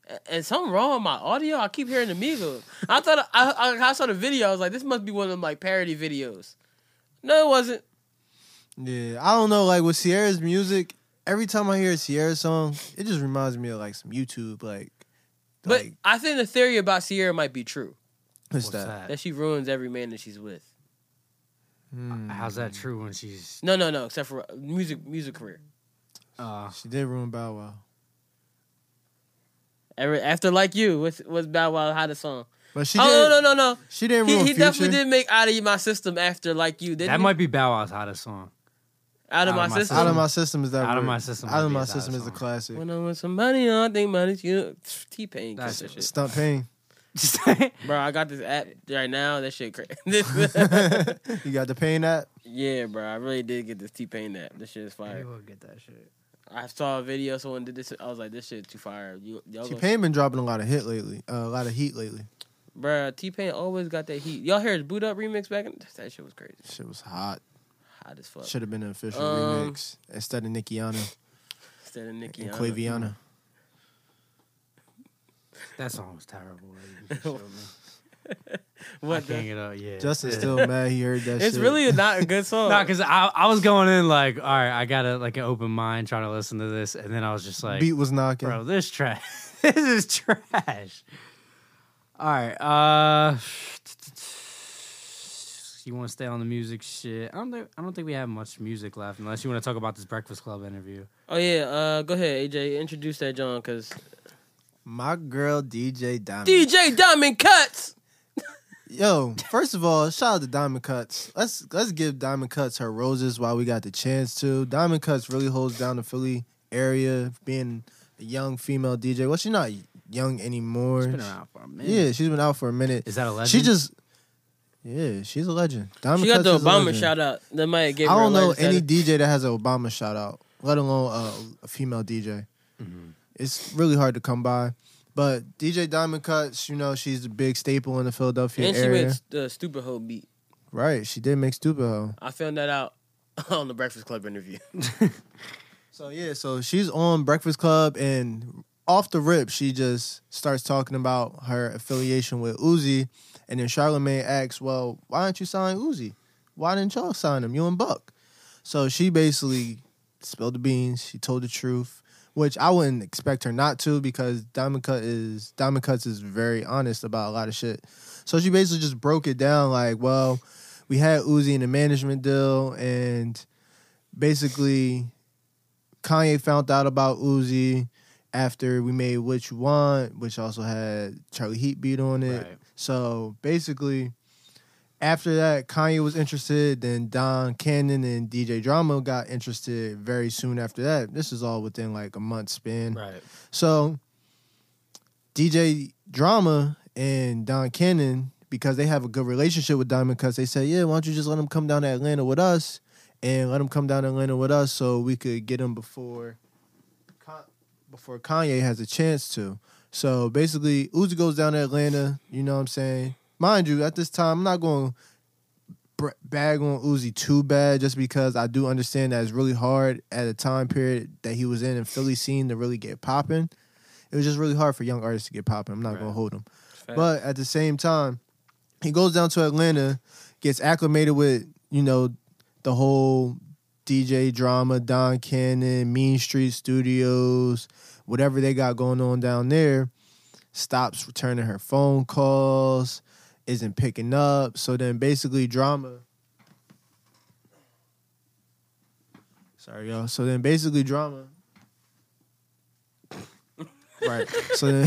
E: "A- and something wrong with my audio. I keep hearing the Migos. I thought I, I, I saw the video. I was like, this must be one of them like parody videos. No, it wasn't.
G: Yeah, I don't know. Like with Sierra's music, every time I hear a Sierra song, it just reminds me of like some YouTube. Like,
E: But
G: like
E: I think the theory about Sierra might be true.
G: what's
F: What's
G: that?
F: that?
E: That she ruins every man that she's with.
F: How's
G: Mm.
F: that true when she's?
E: No, no, no. Except for uh, music, music career.
F: Uh,
G: She did ruin Bow Wow.
E: Every, after like you was was Bow Wow had a song.
G: But she
E: oh
G: did,
E: no no no
G: She didn't
E: no.
G: ruin
E: He, he
G: Future.
E: definitely did make out of my system after like you. Didn't
F: that
E: he?
F: might be Bow Wow's hottest song.
E: out of my, system.
G: Out of my system is that
F: Out of
G: word.
F: My System
G: Out
F: might
G: of
F: be
G: my
F: his
G: system is
F: hottest song.
G: the classic.
E: When I'm with somebody, I don't think money's you. T Pain.
F: That's-
E: That shit.
G: Stump pain.
E: Bro, I got this app right now. That shit crazy.
G: you got the pain app.
E: yeah, bro. I really did get this T Pain app. This shit is fire.
B: will get that shit.
E: I saw a video. Someone did this. I was like, this shit too fire. You, y'all
G: T
E: gonna-
G: Pain been dropping a lot of hit lately. Uh, a lot of heat lately.
E: Bruh, T Pain always got that heat. Y'all hear his boot up remix back in that shit was crazy.
G: Shit was hot.
E: Hot as fuck.
G: Should have been an official
E: Um,
G: remix instead of Nickiana
E: Instead of Nicki.
G: and
E: I-
G: Quaviana.
F: that song was terrible. You showed me. I
E: What
F: can't
E: the?
F: get up. Yeah,
G: Justin's still mad he heard that shit.
E: It's really not a good song.
F: Nah, because I, I was going in like, all right, I got to like an open mind trying to listen to this, and then I was just like,
G: beat was knocking.
F: bro, this trash. this is trash. All right, uh, you want to stay on the music shit? I don't think I don't think we have much music left, unless you want to talk about this Breakfast Club interview.
E: oh yeah, uh, go ahead, AJ. Introduce that John, cause
G: My girl DJ Diamond.
E: DJ Diamond cuts.
G: Yo, first of all, shout out to Diamond Cuts. Let's let's give Diamond Cuts her roses while we got the chance to. Diamond Cuts really holds down the Philly area, being a young female DJ. Well, she's not young anymore.
F: It's been around for a minute.
G: Yeah, she's been out for a minute.
F: Is that a legend?
G: She just yeah, she's a legend. Diamond
E: She got
G: Cuts
E: the
G: is a
E: Obama
G: legend.
E: shout out. That might get.
G: I don't know any DJ that has an Obama shout out. let alone uh, a female DJ.
F: Mm-hmm.
G: It's really hard to come by. But DJ Diamond Cuts, you know, she's a big staple in the Philadelphia
E: and she
G: area.
E: made the stupid hoe beat.
G: right, she did make Stupid Ho.
E: I found that out on the Breakfast Club interview.
G: So yeah, so she's on Breakfast Club and off the rip, she just starts talking about her affiliation with Uzi, and then Charlamagne asks, "Well, why aren't you sign Uzi? Why didn't y'all sign him? You and Buck." So she basically spilled the beans. She told the truth, which I wouldn't expect her not to because Diamond Cut is Diamond Cuts is very honest about a lot of shit. So she basically just broke it down like, "Well, we had Uzi in a management deal, and basically." Kanye found out about Uzi after we made What You Want, which also had Charlie Heat beat on it.
F: Right.
G: So basically, after that, Kanye was interested. Then Don Cannon and DJ Drama got interested very soon after that. This is all within like a month span.
F: Right.
G: So DJ Drama and Don Cannon, because they have a good relationship with Diamond Cuts, they said, Yeah, why don't you just let him come down to Atlanta with us and let him come down to Atlanta with us so we could get him before Con- before Kanye has a chance to. So basically Uzi goes down to Atlanta, you know what I'm saying? Mind you, at this time I'm not going to bag on Uzi too bad just because I do understand that it's really hard at a time period that he was in in Philly scene to really get popping it was just really hard for young artists to get popping. I'm not gonna hold them, but at the same time, he goes down to Atlanta, gets acclimated with you know the whole DJ drama, Don Cannon, Mean Street Studios, whatever they got going on down there. Stops returning her phone calls, isn't picking up. So then basically, drama. Sorry, y'all. So then basically, drama. Right. So then,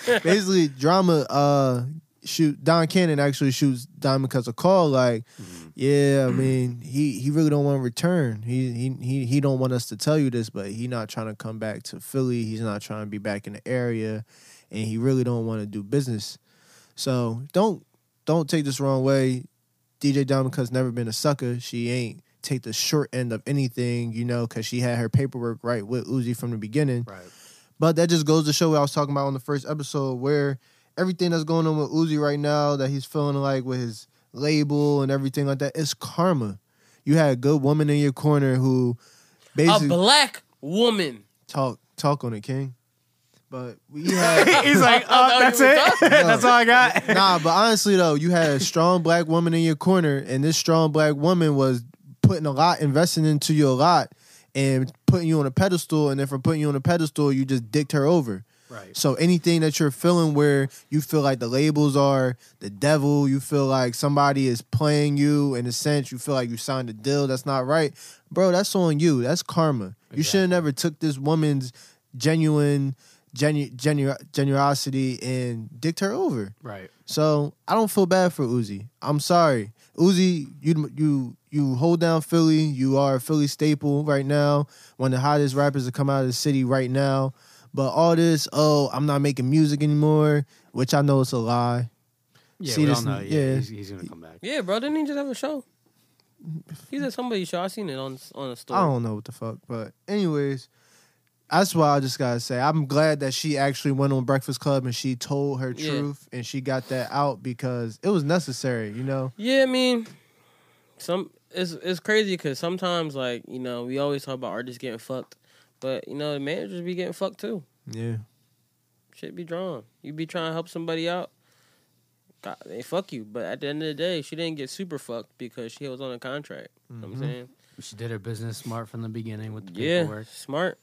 G: basically, drama. Uh, shoot, Don Cannon actually shoots Diamond Cuts a call like, yeah, I mean, he he really don't want to return. He he he he don't want us to tell you this, but he not trying to come back to Philly. He's not trying to be back in the area, and he really don't want to do business. So don't don't take this wrong way. DJ Diamond Cut's never been a sucker. She ain't take the short end of anything, you know, because she had her paperwork right with Uzi from the beginning.
F: Right.
G: But that just goes to show what I was talking about on the first episode, where everything that's going on with Uzi right now, that he's feeling like with his label and everything like that, it's karma. You had a good woman in your corner who
E: a
G: basically
E: black woman.
G: talk talk on it, King. But we had
F: He's like, uh, that's
E: you were
F: it. that's all I got.
G: nah, but honestly though, you had a strong black woman in your corner, and this strong black woman was putting a lot, investing into you a lot, and putting you on a pedestal. And then from putting you on a pedestal, you just dicked her over.
F: Right.
G: So anything that you're feeling where you feel like the labels are the devil, you feel like somebody is playing you in a sense, you feel like you signed a deal that's not right, bro, that's on you. That's karma. You should have never took this woman's genuine genu- genu- generosity and dicked her over.
F: Right.
G: So I don't feel bad for Uzi. I'm sorry, Uzi. You you you hold down Philly. You are a Philly staple right now. One of the hottest rappers to come out of the city right now. But all this, oh, I'm not making music anymore, which I know it's a lie.
F: Yeah,
G: See
F: we
G: this-
F: all know. Yeah,
G: yeah.
F: He's, he's gonna come back.
E: Yeah, bro. Didn't he just have a show? He's at somebody's show. I seen it on on a story.
G: I don't know what the fuck. But anyways, that's why I just gotta say I'm glad that she actually went on Breakfast Club and she told her
E: Yeah.
G: truth and she got that out because it was necessary. You know,
E: Yeah, I mean, some it's it's crazy because sometimes like you know we always talk about artists getting fucked, but you know the managers be getting fucked too.
G: yeah.
E: Shit be drawn. You be trying to help somebody out. God, they fuck you, but at the end of the day, she didn't get super fucked because she was on a contract. You
G: Mm-hmm.
E: know what I'm saying,
F: She did her business smart from the beginning with the
E: yeah,
F: paperwork.
E: smart.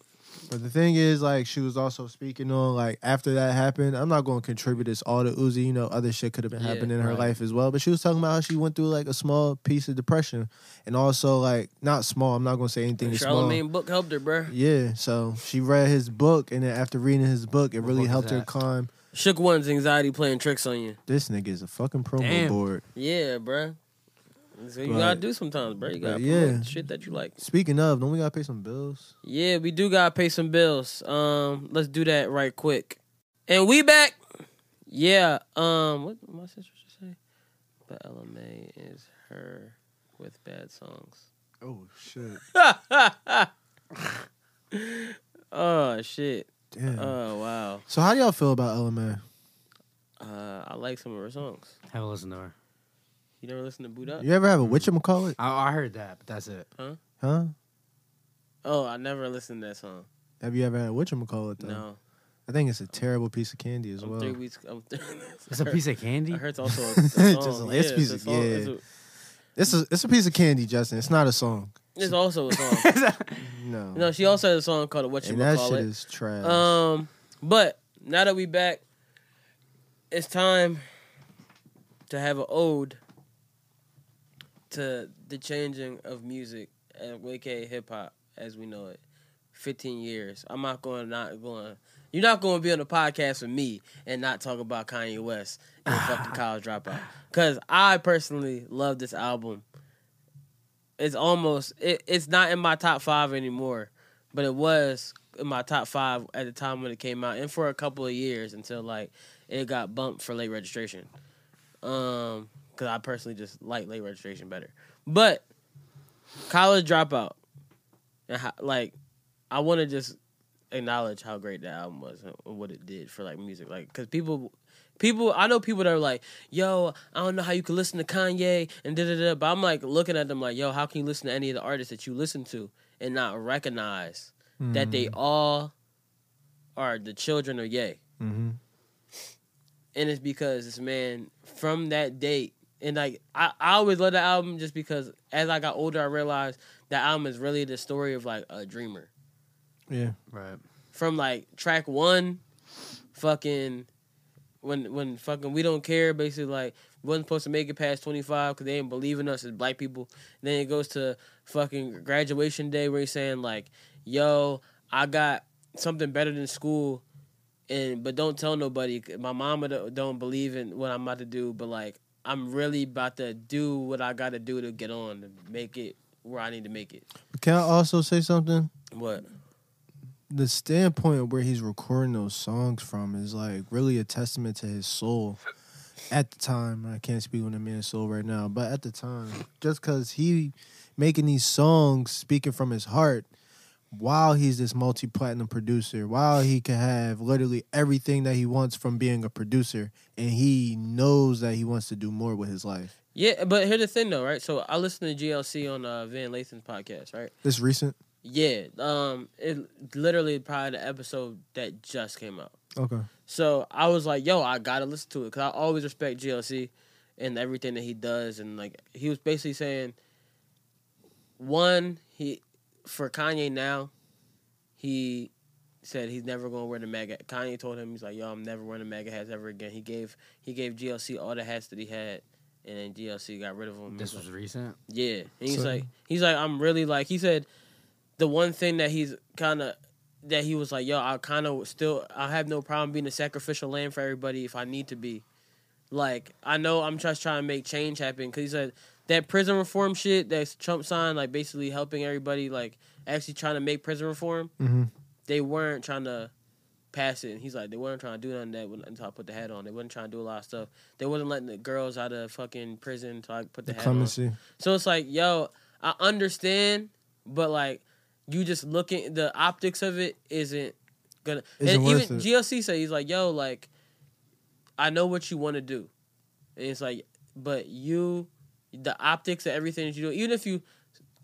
G: But the thing is, like, she was also speaking on, like, after that happened, I'm not going to contribute this all to Uzi. You know, other shit could have been
E: Yeah,
G: happening in her
F: right.
G: life as well. But she was talking about how she went through, like, a small piece of depression. And also, like, not small. I'm not going to say anything is small.
E: Charlemagne book helped her, bro.
G: Yeah. So she read his book. And then after reading his book, it really
F: book is
G: helped her
F: that?
G: climb.
E: Shook one's anxiety playing tricks on you.
G: This nigga is a fucking promo
F: Damn.
G: board.
E: Yeah, bro. So you
G: But-
E: gotta do sometimes, bro. You gotta
G: but
E: promote
G: yeah.
E: shit that you like.
G: Speaking of, don't we got to pay some bills?
E: Yeah, we do gotta pay some bills. Um, let's do that right quick. And we back. Yeah. Um, what did my sister just say? But LMA is her with bad songs.
G: Oh, shit.
E: Oh shit.
G: Damn.
F: Uh,
E: Oh wow.
G: so how do y'all feel about LMA?
E: Uh, I like some of her songs.
F: Have a listen to her.
E: You never listen to Boot Up?
G: You ever have a whatchamacallit?
F: I, I heard that, but that's it.
G: Huh?
E: Oh, I never listened to that song.
G: Have you ever had a whatchamacallit though?
E: No.
G: I think it's a terrible piece of candy as
E: I'm
G: well.
E: three weeks. I'm th-
F: It's a piece of
E: I
F: candy.
E: heard it's also a, a
G: Just
E: song.
G: a last
E: yeah,
G: piece
E: it's
G: of-
E: a song. It's,
G: yeah.
E: a,
G: It's a it's a piece of candy, Justin. It's not a song.
E: it's also a song.
G: No.
E: no, she also has a song called What You
G: and that
E: Call
G: shit
E: It.
G: is trash.
E: Um, but now that we back, it's time to have an ode to the changing of music, uh, aka hip hop as we know it. Fifteen years. I'm not going. to Not going. You're not going to be on the podcast with me and not talk about Kanye West and fucking college dropout. Because I personally love this album. It's almost. It, it's not in my top five anymore but it was in my top five at the time when it came out, and for a couple of years until like it got bumped for late registration. Um, because I personally just like late registration better. But college dropout, and how, like I want to just acknowledge how great that album was and what it did for like music, like because people. People, I know people that are like, "Yo, I don't know how you can listen to Kanye and da da da," but I'm like looking at them like, "Yo, how can you listen to any of the artists that you listen to?" and not recognize
G: Mm-hmm.
E: that they all are the children of Ye.
G: hmm
E: And it's because this man from that date and like I, I always love the album just because as I got older I realized that album is really the story of like a dreamer.
G: Yeah.
F: Right.
E: From like track one, fucking when when fucking we don't care basically like wasn't supposed to make it past 25 because they didn't believe in us as black people then it goes to fucking graduation day where he's saying like yo i got something better than school and but don't tell nobody my mama don't- don't believe in what i'm about to do but like i'm really about to do what i gotta do to get on to make it where i need to make it
G: But can I also say something?
E: what
G: The standpoint of where he's recording those songs from is like really a testament to his soul at the time. I can't speak on the man's soul right now, but at the time, just because he making these songs, speaking from his heart, while he's this multi platinum producer, while he can have literally everything that he wants from being a producer, and he knows that he wants to do more with his life.
E: yeah but here's the thing though right so i listened to glc on uh, van lathan's podcast right
G: This recent,
E: Yeah, um, it literally probably the episode that just came out.
G: okay,
E: So I was like, yo, I gotta listen to it because I always respect GLC and everything that he does. And like, he was basically saying, one, he for Kanye now, he said he's never gonna wear the MAGA. Kanye told him he's like, yo, I'm never wearing the MAGA hats ever again. He gave he gave GLC all the hats that he had, and then GLC got rid of them.
F: This was recent.
E: Yeah, and he's
G: So-
E: like, he's like, I'm really like, he said, the one thing that he's kind of, that he was like, yo, I kind of still, I have no problem being a sacrificial lamb for everybody if I need to be. Like, I know I'm just trying to make change happen because he said that prison reform shit that Trump signed, like basically helping everybody, like actually trying to make prison reform.
G: Mhm.
E: They weren't trying to pass it. And he's like, they weren't trying to do none of that when- until I put the hat on. They wasn't trying to do a lot of stuff. They wasn't letting the girls out of fucking prison until I put the,
G: the
E: hat on.
G: clemency.
E: So it's like, yo, I understand, but like, you just looking the optics of it isn't gonna.
G: Isn't
E: and
G: worth
E: even
G: it.
E: GLC said he's like, yo, like, I know what you want to do, and it's like, but you, the optics of everything that you do, even if you.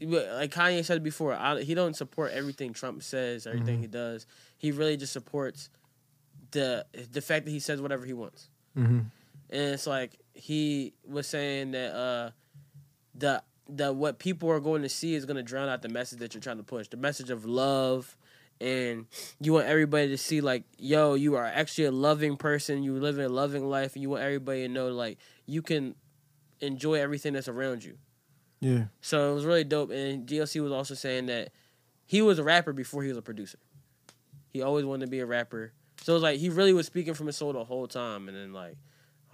E: Like Kanye said before, I, he don't support everything Trump says, everything
G: Mm-hmm.
E: he does. He really just supports the the fact that he says whatever he wants
G: hmm
E: and it's like he was saying that uh the the what people are going to see is going to drown out the message that you're trying to push the message of love and you want everybody to see like yo you are actually a loving person you live a loving life and you want everybody to know like you can enjoy everything that's around you
G: Yeah.
E: so it was really dope. And GLC was also saying that he was a rapper before he was a producer. He always wanted to be a rapper. So it was like he really was speaking from his soul the whole time, and then like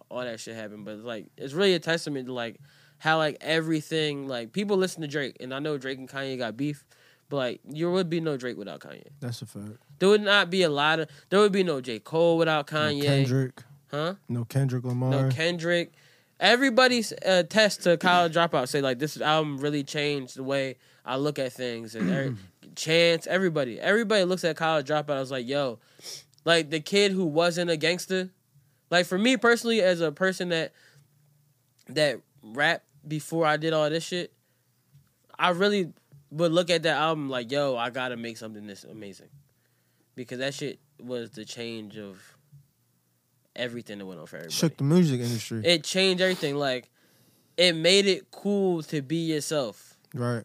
E: all that shit happened. But like it's really a testament to like how like everything like people listen to Drake, and I know Drake and Kanye got beef, but like there would be no Drake without Kanye.
G: That's a fact.
E: There would not be a lot of there would be no J Cole without Kanye,
G: No Kendrick.
E: huh?
G: No Kendrick Lamar.
E: Uh, No Kendrick. Everybody's uh, test to college dropout say like this album really changed the way I look at things and every, Chance, everybody. Everybody looks at college dropout. I was like, yo, like the kid who wasn't a gangster. Like for me personally, as a person that that rap before I did all this shit, I really would look at that album like, yo, I gotta make something this amazing. Because that shit was the change of everything that went on for everybody.
G: Shook the music industry.
E: It changed everything. Like it made it cool to be yourself.
G: right.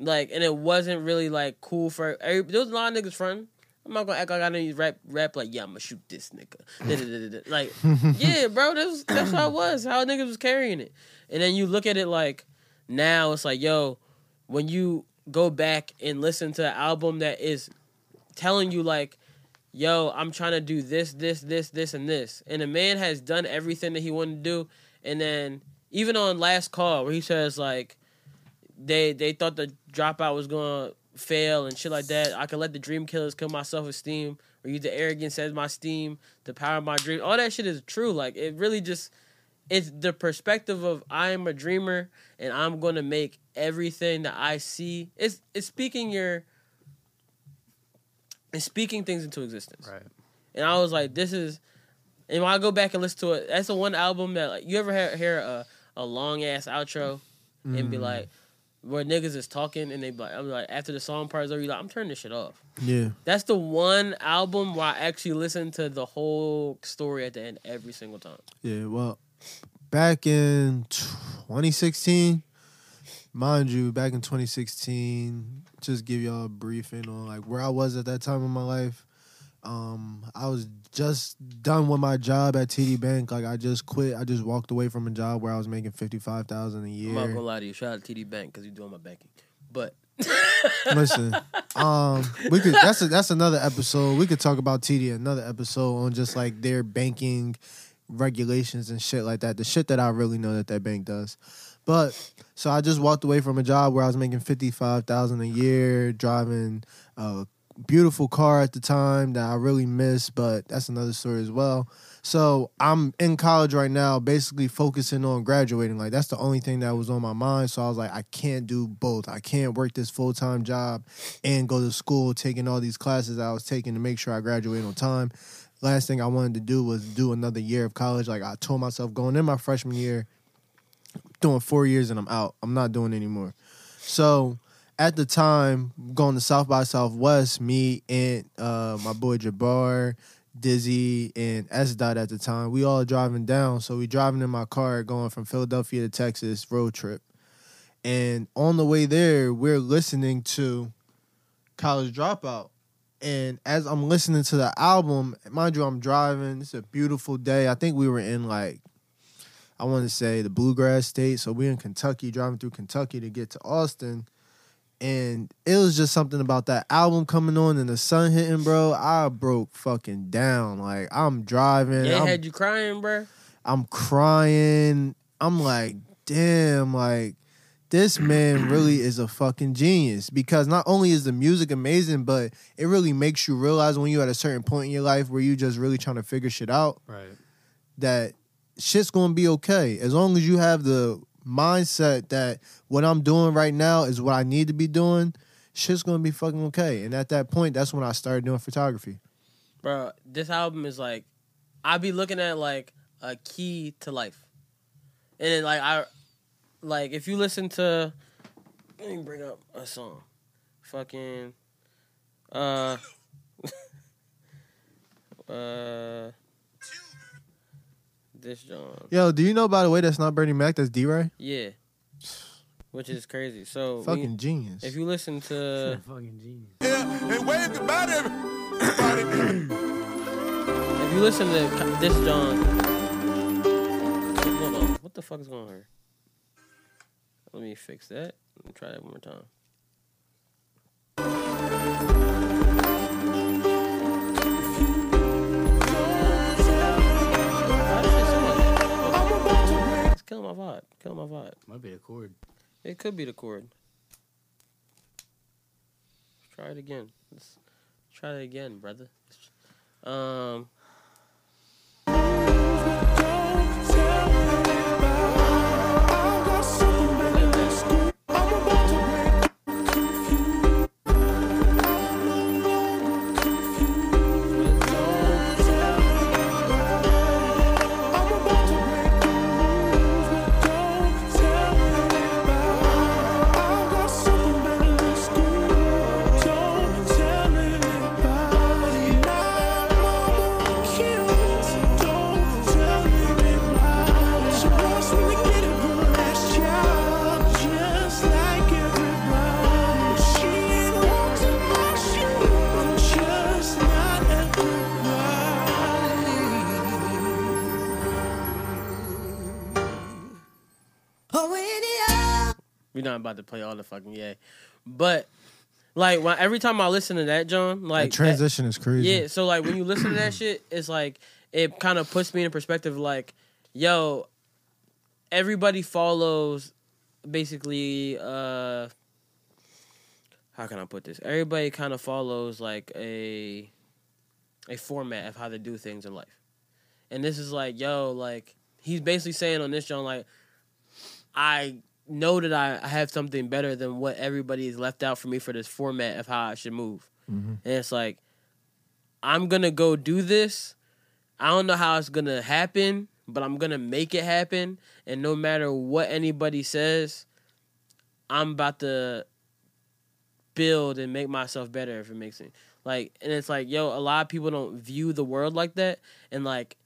E: Like, and it wasn't really like cool for every. There was a lot of niggas front. I'm not gonna act like I didn't rap. Rap like, yeah, I'm gonna shoot this nigga. Da-da-da-da-da. like, yeah, bro, that was, that's how it was. How niggas was carrying it. And then you look at it like now, it's like, yo, when you go back and listen to an album that is telling you like, yo, I'm trying to do this, this, this, this, and this, and the man has done everything that he wanted to do, and then even on last call where he says like they they thought the dropout was gonna fail and shit like that. I could let the dream killers kill my self esteem or use the arrogance as my steam, the power of my dream. All that shit is true. Like it really just it's the perspective of I am a dreamer and I'm gonna make everything that I see. It's it's speaking your it's speaking things into existence.
F: Right.
E: And I was like, this is and when I go back and listen to it, that's the one album that like you ever hear, hear a, a long ass outro and be like where niggas is talking and they be like I'm like after the song part is over, you like I'm turning this shit off.
G: Yeah.
E: That's the one album where I actually listen to the whole story at the end every single time.
G: Yeah, well, back in 2016, mind you, back in 2016, just give y'all a briefing on like where I was at that time in my life. Um, I was just done with my job at TD Bank. Like I just quit. I just walked away from a job where I was making fifty five thousand a
E: I'm not gonna
G: year.
E: lie to you. Shout out to TD Bank because you're doing my banking. But
G: Listen, um, we could that's a, that's another episode. We could talk about TD another episode on just like their banking regulations and shit like that. The shit that I really know that that bank does. But so I just walked away from a job where I was making fifty five thousand a year, driving a beautiful car at the time that I really miss. But that's another story as well. So I'm in college right now, basically focusing on graduating. Like that's the only thing that was on my mind. So I was like, I can't do both. I can't work this full time job and go to school, taking all these classes I was taking to make sure I graduate on time last thing I wanted to do was do another year of college. Like I told myself going in my freshman year, doing four years and I'm out. I'm not doing anymore. So at the time, going to South by Southwest, me and uh, my boy Jabbar, Dizzy, and S Dot at the time, we all driving down. So we driving in my car going from Philadelphia to Texas road trip. And on the way there, we're listening to College Dropout. And as I'm listening to the album, mind you, I'm driving. It's a beautiful day. I think we were in like, I want to say the bluegrass state. So we're in Kentucky, driving through Kentucky to get to Austin. And it was just something about that album coming on and the sun hitting, bro. I broke fucking down. Like I'm driving.
E: yeah, it
G: I'm
E: had you crying, bruh.
G: I'm crying. I'm like, damn, like this man really is a fucking genius because not only is the music amazing, but it really makes you realize when you're at a certain point in your life where you just really trying to figure shit out
F: Right.
G: that shit's gonna be okay as long as you have the mindset that what I'm doing right now is what I need to be doing. Shit's gonna be fucking okay. And at that point, that's when I started doing photography.
E: Bro, this album is like I be looking at like a key to life. And then like I like if you listen to let me bring up a song. Fucking uh uh this John.
G: Yo, do you know by the way that's not Bernie Mac, that's D Ray?
E: Yeah. Which is crazy. So when you-
G: Fucking genius.
E: if you listen to
F: Fucking genius.
E: If you listen to co- this, John. Hold on. What the fuck is going on here? Let me fix that. Let me try that one more time. Why does it sound- It's killing my vibe. Killing my vibe.
F: Might be a chord.
E: It could be the chord. Let's try it again. Let's try it again, brother. Um. not about to play all the fucking yeah. But like when every time I listen to that, John, like
G: the
E: that-
G: transition is crazy.
E: yeah, so like when you listen to that shit, it's like it kind of puts me in perspective. Like, yo, everybody follows basically. uh How can I put this? Everybody kind of follows like a a format of how to do things in life, and this is like, yo, like he's basically saying on this John, like I know that I, I have something better than what everybody has left out for me for this format of how I should move, and it's like. I'm gonna go do this. I don't know how it's gonna happen, but I'm gonna make it happen. And no matter what anybody says, I'm about to build and make myself better if it makes sense. Like, and it's like, yo, a lot of people don't view the world like that. And like,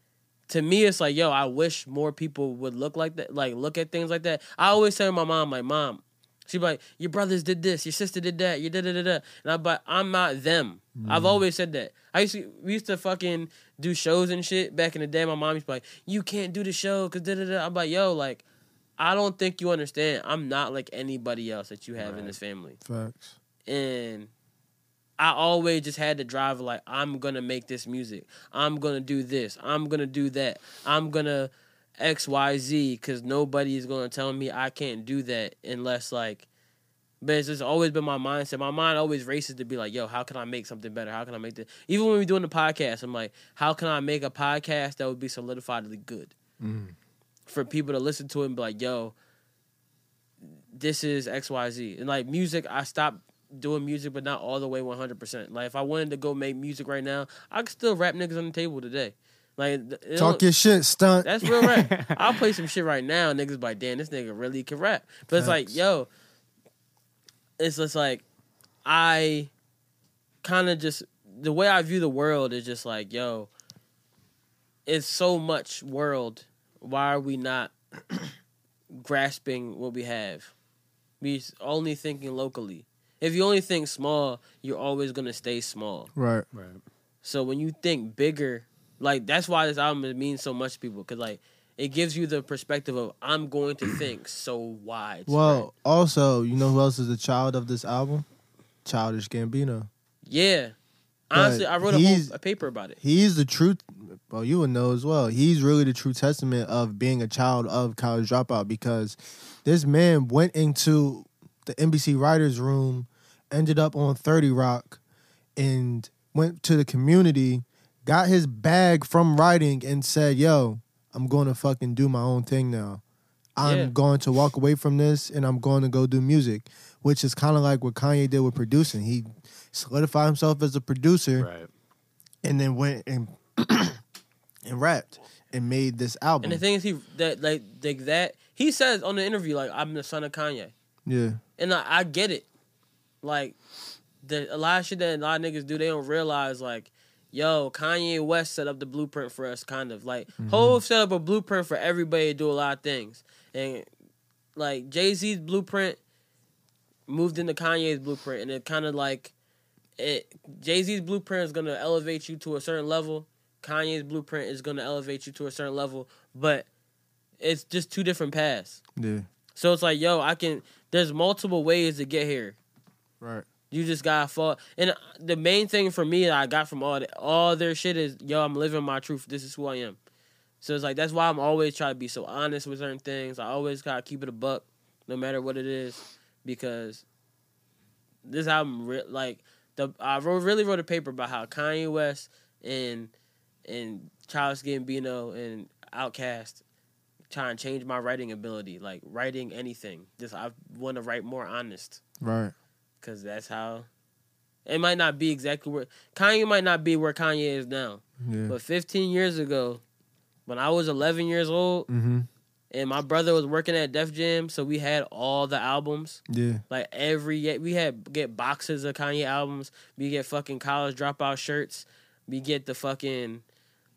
E: to me, it's like, yo, I wish more people would look like that, like look at things like that. I always say to my mom, like, mom, she be like, your brothers did this, your sister did that, you da da da da. And I, but I'm not them. I've always said that. I used to, we used to fucking do shows and shit back in the day. My mom used to be like, you can't do the show because da da da. I'm like, yo, like, I don't think you understand. I'm not like anybody else that you have in this family
G: Facts.
E: and I always just had to drive like I'm gonna make this music. I'm gonna do this. I'm gonna do that. I'm gonna X Y Z because nobody is gonna tell me I can't do that unless like. But it's just always been my mindset. My mind always races to be like, yo, how can I make something better? How can I make this? Even when we're doing the podcast, I'm like, how can I make a podcast that would be solidifiedly good for people to listen to it and be like, yo, this is X Y Z. And like music, I stopped doing music, but not all the way 100%. Like if I wanted to go make music right now, I could still rap niggas on the table today. Like th- it
G: Talk
E: don't-
G: your shit, stunt.
E: that's real rap. I'll play some shit right now. Niggas be like, damn, this nigga really can rap. But it's like,
G: Facts.
E: yo, it's just like, I kind of just, the way I view the world is just like, yo, it's so much world. Why are we not grasping what we have? We s- only thinking locally. If you only think small, you're always going to stay small.
G: Right.
E: So when you think bigger, like that's why this album means so much to people because like it gives you the perspective of I'm going to think so wide.
G: Well, also, you know who else is a child of this album? Childish Gambino.
E: yeah. Honestly,
G: but
E: I wrote a whole
G: he's-
E: a paper about it.
G: He's the truth. Well, you would know as well. He's really the true testament of being a child of college dropout because this man went into the NBC writers' room, ended up on Thirty Rock, and went to the community, got his bag from writing, and said, "Yo, I'm going to fucking do my own thing now. I'm
E: Yeah.
G: going to walk away from this, and I'm going to go do music." Which is kind of like what Kanye did with producing. He solidified himself as a producer
F: Right.
G: and then went and and rapped and made this album.
E: And the thing is, he that like like that he says on the interview like I'm the son of Kanye,
G: yeah,
E: and I, I get it. Like the a lot of shit that a lot of niggas do, they don't realize like. Yo, Kanye West set up the blueprint for us, kind of like Hove set up a blueprint for everybody to do a lot of things, and like Jay Z's blueprint moved into Kanye's blueprint, and it kind of like it. Jay Z's blueprint is gonna elevate you to a certain level. Kanye's blueprint is gonna elevate you to a certain level, but it's just two different paths.
G: yeah,
E: So it's like, yo, I can. There's multiple ways to get here.
G: right,
E: You just gotta fall. And the main thing for me that I got from all the, all their shit is, yo, I'm living my truth. This is who I am. So it's like that's why I'm always trying to be so honest with certain things. I always gotta keep it a buck, no matter what it is, because this album, re- like the I wrote, really wrote a paper about how Kanye West and and Childish Gambino and Outkast trying to change my writing ability, like writing anything. Just I want to write more honest
G: right.
E: because that's how it might not be exactly where Kanye might not be where Kanye is now,
G: Yeah,
E: but 15 years ago, when I was 11 years old
G: mm-hmm.
E: and my brother was working at Def Jam, so we had all the albums.
G: yeah,
E: Like every ye- we had get boxes of Kanye albums. We get fucking college dropout shirts. We get the fucking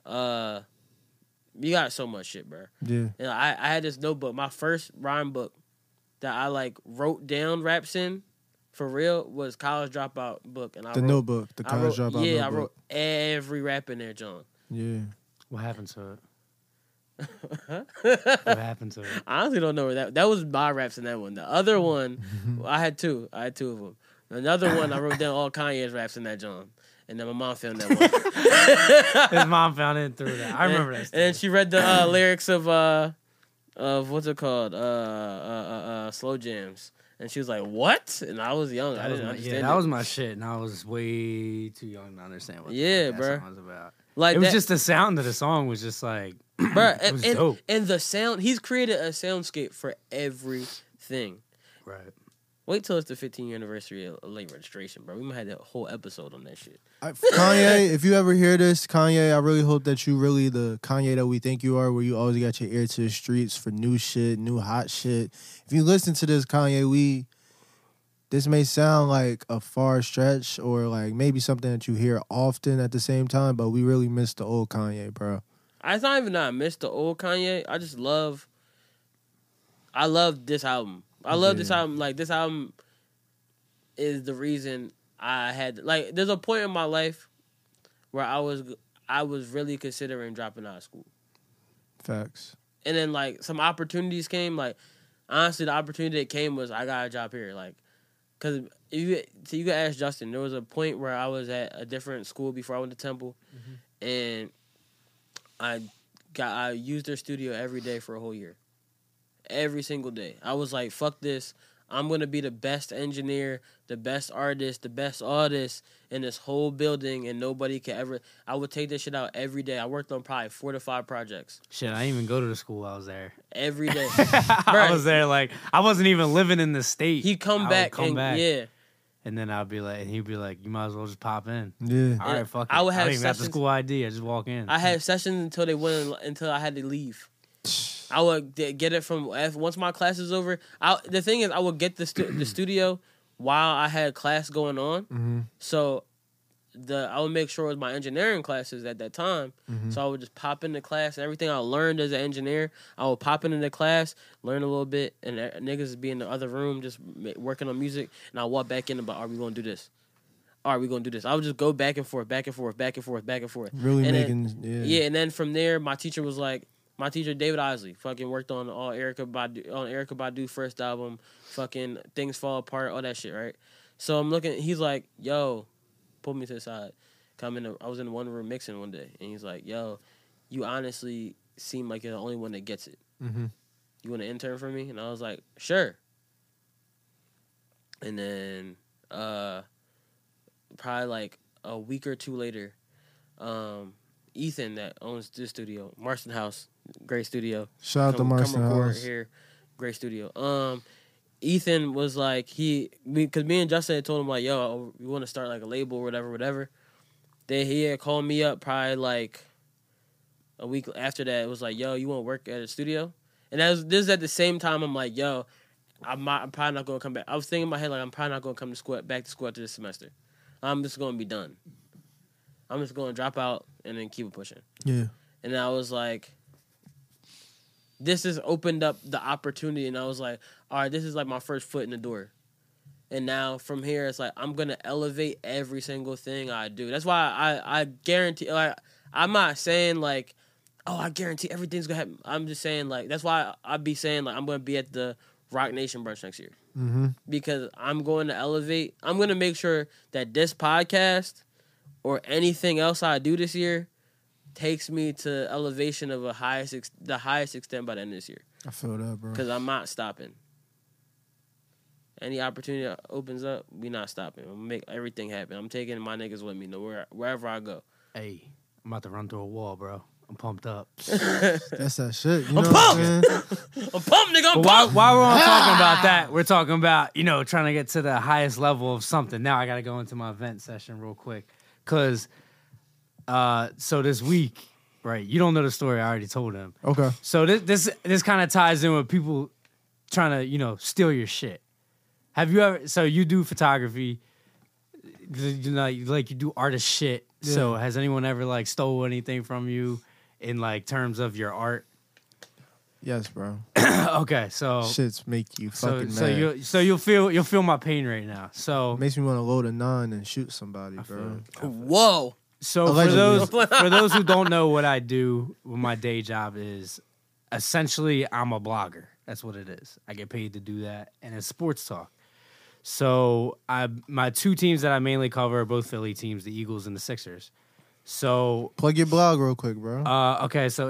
E: uh, we got so much shit, bro.
G: yeah.
E: And I, I had this notebook, my first rhyme book that I like wrote down raps in for real was college dropout book. And I
G: The
E: wrote,
G: notebook, the
E: I
G: college
E: wrote-
G: dropout.
E: Yeah, I
G: notebook.
E: wrote every rap in there, John.
G: Yeah,
F: What happened to it? What happened to it?
E: I honestly don't know where that that was my raps in that one. The
G: Mm-hmm.
E: other one, I had two. I had two of them. Another one, I wrote down all Kanye's raps in that John, and then my mom found that one.
F: His mom found it and threw that. I remember that.
E: And
F: story.
E: then she read the uh, lyrics of uh of what's it called uh, uh uh uh slow jams, and she was like, "What?" And I was young. I
F: That was
E: didn't
F: my,
E: understand.
F: yeah, that
E: it.
F: was my shit, and I was way too young to understand what. the
E: Yeah,
F: fuck that
E: bruh.
F: song was about.
E: like
F: it was
E: that-
F: just the sound of the song was just like
E: Bruh,
F: It
E: and,
F: was
E: and-
F: dope.
E: and the sound he's created a soundscape for everything.
F: right.
E: Wait till it's the 15 year anniversary of late registration, bro. We might have a whole episode on that shit.
G: I, Kanye, if you ever hear this, Kanye, I really hope that you really the Kanye that we think you are, where you always got your ear to the streets for new shit, new hot shit. If you listen to this, Kanye, we this may sound like a far stretch or like maybe something that you hear often at the same time, but we really miss the old Kanye, bro.
E: I- It's not even that I miss the old Kanye. I just love. I love this album. I love this album. Like this album is the reason I had like. There's a point in my life where I was I was really considering dropping out of school,
G: Facts.
E: and then like some opportunities came. Like honestly, the opportunity that came was I got a job here. Like because you so you can ask Justin. There was a point where I was at a different school before I went to Temple, and I got I used their studio every day for a whole year, every single day. I was like, "Fuck this! I'm gonna be the best engineer, the best artist, the best artist in this whole building, and nobody can ever." I would take this shit out every day. I worked on probably four to five projects
F: Shit, I didn't even go to the school. I was there.
E: every day.
F: I
E: Bruh,
F: was there. Like I wasn't even living in the state.
E: He
F: I
E: come
F: would
E: back
F: come
E: and
F: back,
E: yeah,
F: and then I'd be like, and he'd be like, you might as well just pop in.
G: Yeah.
F: All
E: Yeah,
F: right, fuck it.
E: I
F: I
E: would
F: would
E: have
F: I don't even have the
E: sessions-
F: school ID. I just walk in.
E: I had sessions until they wouldn't until I had to leave. I would get get it from F- once my class is over. I, the thing is, I would get the stu- the studio while I had class going on.
F: Mm-hmm.
E: So the I would make sure it was my engineering classes at that time.
G: Mm-hmm.
E: So I would just pop into class and everything I learned as an engineer. I would pop into the class, learn a little bit, and uh, niggas would be in the other room just ma- working on music. And I walk back in about, are we gonna do this? Are we gonna do this? I would just go back and forth, back and forth, back and forth, back and forth.
G: Really
E: And then-
G: making yeah.
E: yeah, and then from there, my teacher was like, my teacher David Osley fucking worked on all Erica Badu on Erica Badu first album, fucking things fall apart, all that shit, right? So I'm looking, he's like, yo, pull me to the side. Come in, the- I was in one room mixing one day, and he's like, yo, you honestly seem like you're the only one that gets it.
G: Mhm.
E: You want to intern for me? And I was like, sure. And then uh, probably like a week or two later, um, Ethan that owns this studio, Marston House, great studio.
G: Shout out to
E: Come- come
G: Marston
E: record
G: House.
E: here, great studio. Um, Ethan was like he because me and Justin had told him like, yo, we want to start like a label or whatever, whatever. Then he had called me up probably like a week after that. It was like, yo, you want to work at a studio? And that was this is at the same time. I'm like, yo, I'm, not, I'm probably not gonna come back. I was thinking in my head like, I'm probably not gonna come to school back to school after this semester. I'm just gonna be done. I'm just gonna drop out and then keep it pushing
G: Yeah.
E: and I was like, this has opened up the opportunity, and I was like, all right, this is like my first foot in the door, and now from here it's like I'm gonna elevate every single thing I do. That's why I I guarantee like I'm not saying like, oh I guarantee everything's gonna happen. I'm just saying like that's why I be saying like I'm gonna be at the Rock Nation brunch next year
G: Mhm.
E: because I'm going to elevate. I'm gonna make sure that this podcast or anything else I do this year takes me to elevation of a highest ex- the highest extent by the end of this year
G: I feel that, bro.
E: because I'm not stopping. Any opportunity that opens up, we not stopping. I'm gonna make everything happen. I'm taking my niggas with me nowhere wherever I go.
F: hey, I'm about to run through a wall, bro. I'm pumped up.
G: That's that shit. You know what I'm saying?
E: I'm pumped, nigga. I'm
F: But while,
E: pumped.
F: while we're on talking about that, we're talking about you know trying to get to the highest level of something. Now I got to go into my event session real quick because uh, so this week, right? You don't know the story. I already told him.
G: Okay.
F: So this this this kind of ties in with people trying to you know steal your shit. Have you ever? So you do photography, you know, you- like you do artist shit. So has anyone ever like stole anything from you in like terms of your art?
G: Yes, bro.
F: okay, so
G: Shits make you
F: Oh. so
G: fucking
F: so
G: mad.
F: you so you'll feel you'll feel my pain right now. So
G: Makes me want to load a nine and shoot somebody, bro.
E: Whoa.
F: so for
G: Allegedly.
F: those for those who don't know what I do, what my day job is, essentially I'm a blogger. That's what it is. I get paid to do that, and it's sports talk. So I my two teams that I mainly cover are both Philly teams, the Eagles and the Sixers. So
G: Plug your blog real quick, bro.
F: uh, okay, so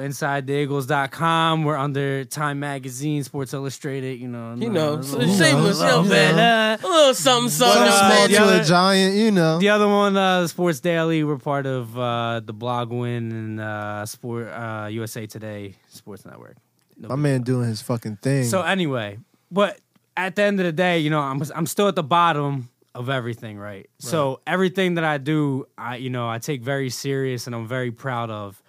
F: insidetheeagles.com, we're under Time Magazine, Sports Illustrated, you know.
E: You know,
F: no, no,
E: so
F: no.
E: save us, you know, man. A little something,
G: Some
E: something.
G: small
F: the
G: to
F: other-
G: a giant, you know.
F: The other one, uh, Sports Daily, we're part of uh, the Blog Win and uh, Sport uh, USA Today Sports Network.
G: My man doing his fucking thing.
F: So anyway, but at the end of the day, you know, I'm I'm still at the bottom of everything, right? So everything that I do, I you know, I take very serious and I'm very proud of.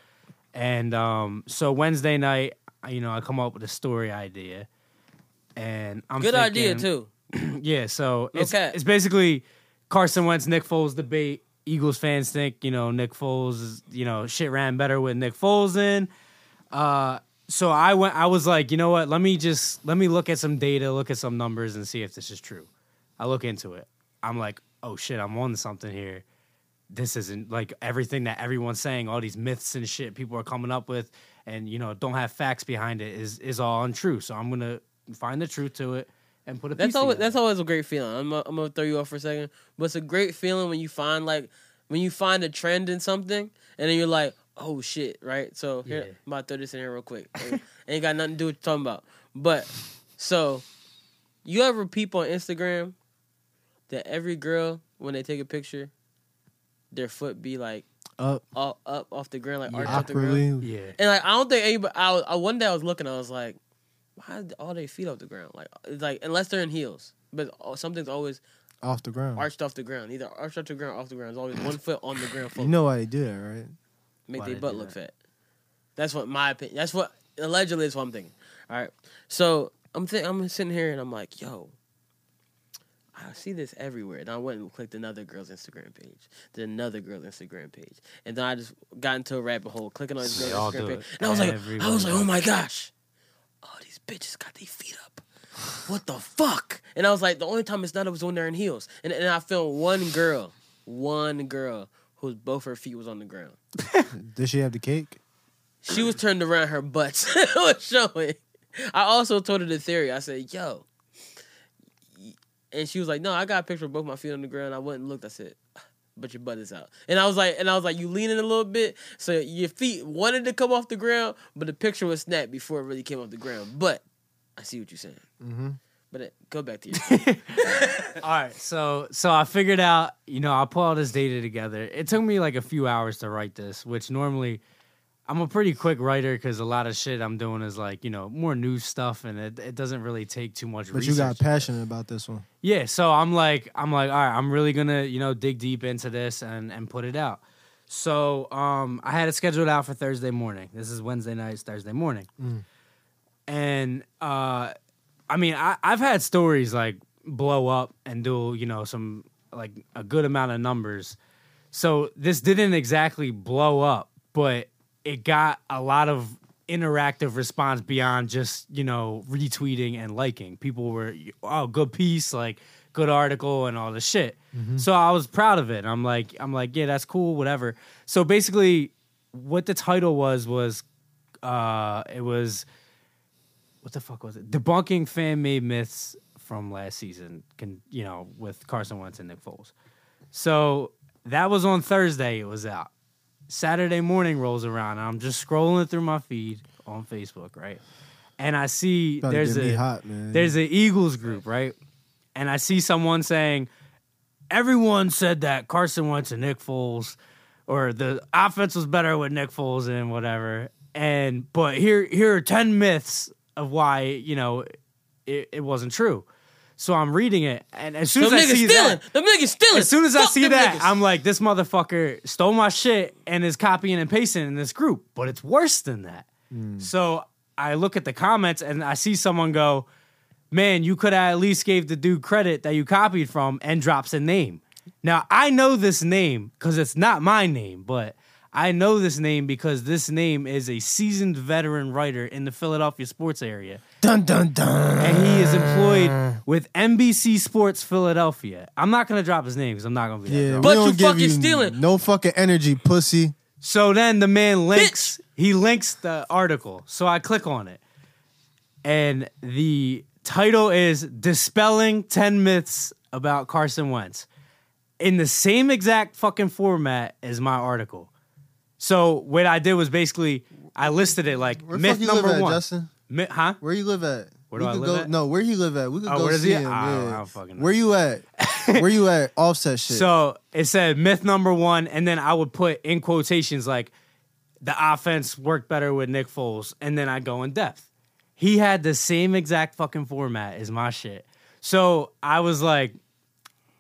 F: And um, so Wednesday night, I- you know, I come up with a story idea, and I'm
E: Good idea,
F: thinking-
E: too.
F: yeah, so it's
E: cap.
F: it's basically Carson Wentz, Nick Foles debate. Eagles fans think you know Nick Foles, is- you know shit ran better with Nick Foles in. Uh, so I went. I was like, you know what? Let me just let me look at some data, look at some numbers, and see if this is true. I look into it. I'm like, oh shit, I'm on to something here. This isn't like everything that everyone's saying. All these myths and shit people are coming up with, and you know don't have facts behind it is is all untrue. So I'm gonna find the truth to it and put a
E: That's
F: piece
E: always
F: together.
E: that's always a great feeling. I'm i I'm gonna throw you off for a second, but it's a great feeling when you find like when you find a trend in something, and then you're like, oh shit, right? So here,
F: Yeah.
E: I'm about to throw this in here real quick. Ain't- Ain't got nothing to do with what you're talking about. But so you ever people on Instagram that every girl when they take a picture, their foot be like
G: Up.
E: all, up off the ground, like arched off the ground.
G: awkwardly.
F: Yeah.
E: And like I don't think anybody. I, was- I one day I was looking. I was like, why are all their feet off the ground? Like it's like unless they're in heels, but al- something's always
G: Off the ground.
E: arched off the ground. Either arched off the ground, or off the ground. It's always one foot on the ground. Foot
G: You know why they do that, right?
E: make
F: why
E: their
F: they
E: butt
F: do
E: look
F: that.
E: fat. That's what my opinion. That's what allegedly is what I'm thinking. All right, so I'm think I'm sitting here and I'm like, yo. I see this everywhere, and I went and clicked another girl's Instagram page, then another girl's Instagram page, and then I just got into a rabbit hole, clicking on
F: They
E: Instagram,
F: all
E: Instagram
F: do
E: page,
F: it.
E: and I was like, I
F: Everyone
E: was like,
F: does
E: oh my gosh, all these bitches got their feet up. What the fuck? And I was like, the only time it's not, it was when they're in heels, and and I found one girl, one girl whose both her feet was on the ground.
G: Did she have the cake?
E: She was turned around, her butt was showing. I also told her the theory. I said, yo. And she was like, no, I got a picture of both my feet on the ground. I went and looked. I said, but your butt is out. And I was like, and I was like, you leaning a little bit. So your feet wanted to come off the ground, but the picture was snapped before it really came off the ground. But I see what you're saying. Mm-hmm. But it, go back to your
F: All right, so so I figured out, you know, I put all this data together. It took me like a few hours to write this, which normally I'm a pretty quick writer because a lot of shit I'm doing is like, you know, more news stuff, and it, it doesn't really take too much.
G: But you got
F: research.
G: passionate about this one.
F: Yeah, so I'm like, I'm like, all right, I'm really gonna, you know, dig deep into this and and put it out. So um, I had it scheduled out for Thursday morning. This is Wednesday night, it's Thursday morning, and uh, I mean, I I've had stories like blow up and do you know some like a good amount of numbers. So this didn't exactly blow up, but it got a lot of interactive response beyond just, you know, retweeting and liking. People were, oh, good piece, like good article and all this shit. So I was proud of it. I'm like, I'm like, yeah, that's cool, whatever. So basically what the title was was uh it was what the fuck was it? Debunking fan made myths from last season can you know, with Carson Wentz and Nick Foles. So that was on Thursday. It was out. Saturday morning rolls around, and I'm just scrolling through my feed on Facebook, right? And I see
G: About to
F: there's
G: get me
F: a
G: hot, man.
F: there's an Eagles group, right? And I see someone saying, everyone said that Carson Wentz and Nick Foles, or the offense was better with Nick Foles and whatever. And but here here are ten myths of why you know it, it wasn't true. So I'm reading it, and as soon
E: Them
F: as I see
E: niggas stealing.
F: that,
E: Them niggas stealing.
F: as soon as I
E: Fuck
F: see
E: them
F: that,
E: niggas.
F: I'm like, this motherfucker stole my shit and is copying and pasting in this group. But it's worse than that. So I look at the comments and I see someone go, "Man, you could have at least gave the dude credit that you copied from," and drops a name. Now I know this name because it's not my name, but I know this name because this name is a seasoned veteran writer in the Philadelphia sports area
G: Dun dun dun.
F: and he is
G: Ah.
F: employed with NBC Sports Philadelphia. I'm not gonna drop his name because I'm not gonna be that.
G: Yeah,
F: drunk.
E: But
G: we don't
E: you
G: give
E: fucking
G: you
E: stealing.
G: No fucking energy, pussy.
F: So then the man links. He links the article. So I click on it, and the title is "Dispelling Ten Myths About Carson Wentz," in the same exact fucking format as my article. So what I did was basically I listed it like
G: Where the
F: myth
G: fuck you
F: number
G: live at,
F: one.
G: Justin?
F: Mi- huh?
G: Where you live at?
F: Where
G: we
F: do I
G: could
F: live
G: go,
F: at?
G: No, where he live at? We could
F: Oh,
G: go
F: where does
G: see
F: he-
G: him.
F: I don't- I
G: yeah.
F: don't fucking know.
G: Where you at? where you at? Offset shit.
F: So it said myth number one, and then I would put in quotations like the offense worked better with Nick Foles, and then I go in depth. He had the same exact fucking format as my shit. So I was like,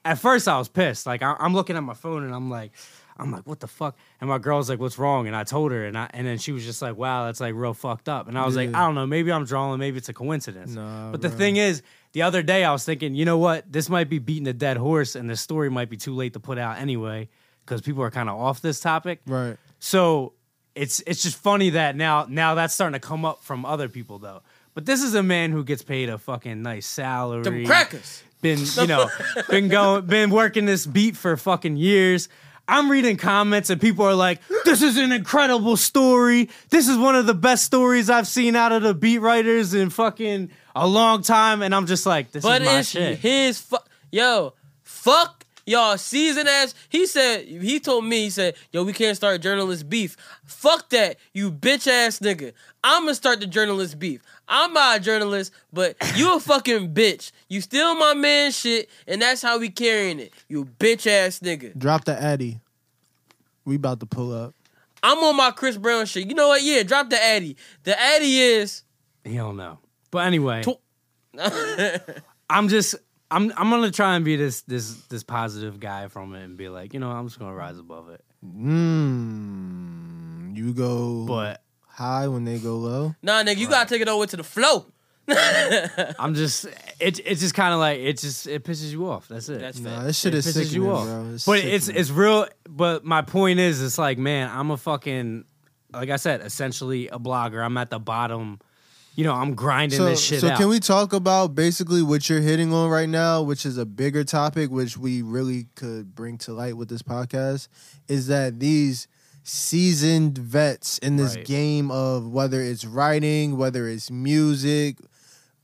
F: at first I was pissed. Like I, I'm looking at my phone and I'm like, I'm like, what the fuck? And my girl's like, what's wrong? And I told her, and I and then she was just like, wow, that's like real fucked up. And I was like, I don't know, maybe I'm drawing, maybe it's a coincidence.
G: Nah,
F: but the thing is, the other day I was thinking, you know what? This might be beating a dead horse, and the story might be too late to put out anyway because people are kind of off this topic.
G: right.
F: So it's it's just funny that now now that's starting to come up from other people though. But this is a man who gets paid a fucking nice salary.
E: Them crackers.
F: Been you know been going been working this beat for fucking years. I'm reading comments and people are like, "This is an incredible story. This is one of the best stories I've seen out of the beat writers in fucking a long time." And I'm just like, "This
E: But
F: is my
E: it's
F: shit."
E: his fu- yo, fuck y'all season ass. He said he told me he said yo we can't start journalist beef. Fuck that you bitch ass nigga. I'ma start the journalist beef. I'm not a journalist, but you a fucking bitch. You steal my man shit, and that's how we carrying it. You bitch ass nigga.
G: Drop the Addy. We about to pull up.
E: I'm on my Chris Brown shit. You know what? Yeah, drop the Addy. The Addy is
F: He don't know. But anyway,
E: Tw-
F: I'm just I'm I'm gonna try and be this this this positive guy from it and be like, you know, I'm just gonna rise above it.
G: Mmm. You go
F: But
G: high when they go low.
E: nah nigga. You gotta take it over to the flow.
F: I'm just it it's just kind of like it just it pisses you off. That's it.
E: That's
G: Nah,
E: fact.
G: this shit
F: it
G: is
F: pisses
G: sickening,
F: you off.
G: bro. It's
F: but
G: sickening.
F: it's it's real. But my point is, it's like man, I'm a fucking like I said, essentially a blogger. I'm at the bottom. You know, I'm grinding
G: so,
F: this shit
G: so
F: out.
G: can we talk about basically what you're hitting on right now, which is a bigger topic, which we really could bring to light with this podcast, is that these seasoned vets in this
F: Right.
G: game of whether it's writing, whether it's music,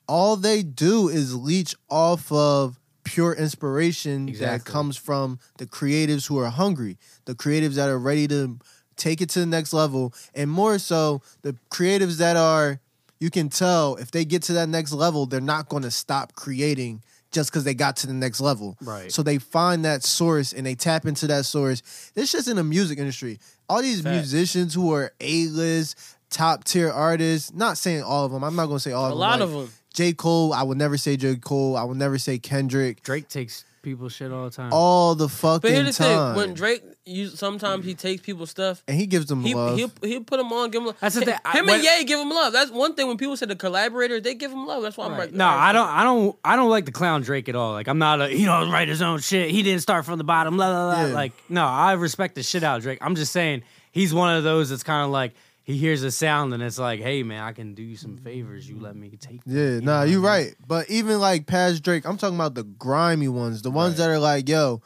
G: all they do is leech off of pure inspiration that
F: Exactly.
G: comes from the creatives who are hungry, the creatives that are ready to take it to the next level, and more so the creatives that are you can tell if they get to that next level, they're not going to stop creating just because they got to the next level.
F: Right.
G: So they find that source and they tap into that source. This just in the music industry. All these musicians who are A list, top tier artists, not saying all of them, I'm not going to say all
E: A
G: of them.
E: lot
G: like,
E: of them.
G: J. Cole, I would never say J. Cole. I would never say Kendrick.
F: Drake takes people shit all the time.
G: All the fucking
E: But here's the
G: time.
E: thing: when Drake, you sometimes he takes people's stuff.
G: and he gives them
E: He
G: love.
E: he'll, he'll put him on, give him love.
F: That's the thing,
E: Him
F: I-
E: and
F: when-
E: Ye give him love. That's one thing when people say the collaborators, they give him love. That's why I'm
F: Right.
E: like,
F: No,
E: all right,
F: I don't. I don't. I don't like the clown Drake at all. Like I'm not a. He don't write his own shit. He didn't start from the bottom. La la la.
G: Yeah.
F: Like no, I respect the shit out of Drake. I'm just saying he's one of those that's kind of like he hears a sound and it's like, hey man, I can do you some favors. You let me take. that,"
G: Yeah,
F: you know
G: nah,
F: what I
G: you're
F: mean?
G: right. But even like past Drake, I'm talking about the grimy ones, the ones that are like, yo,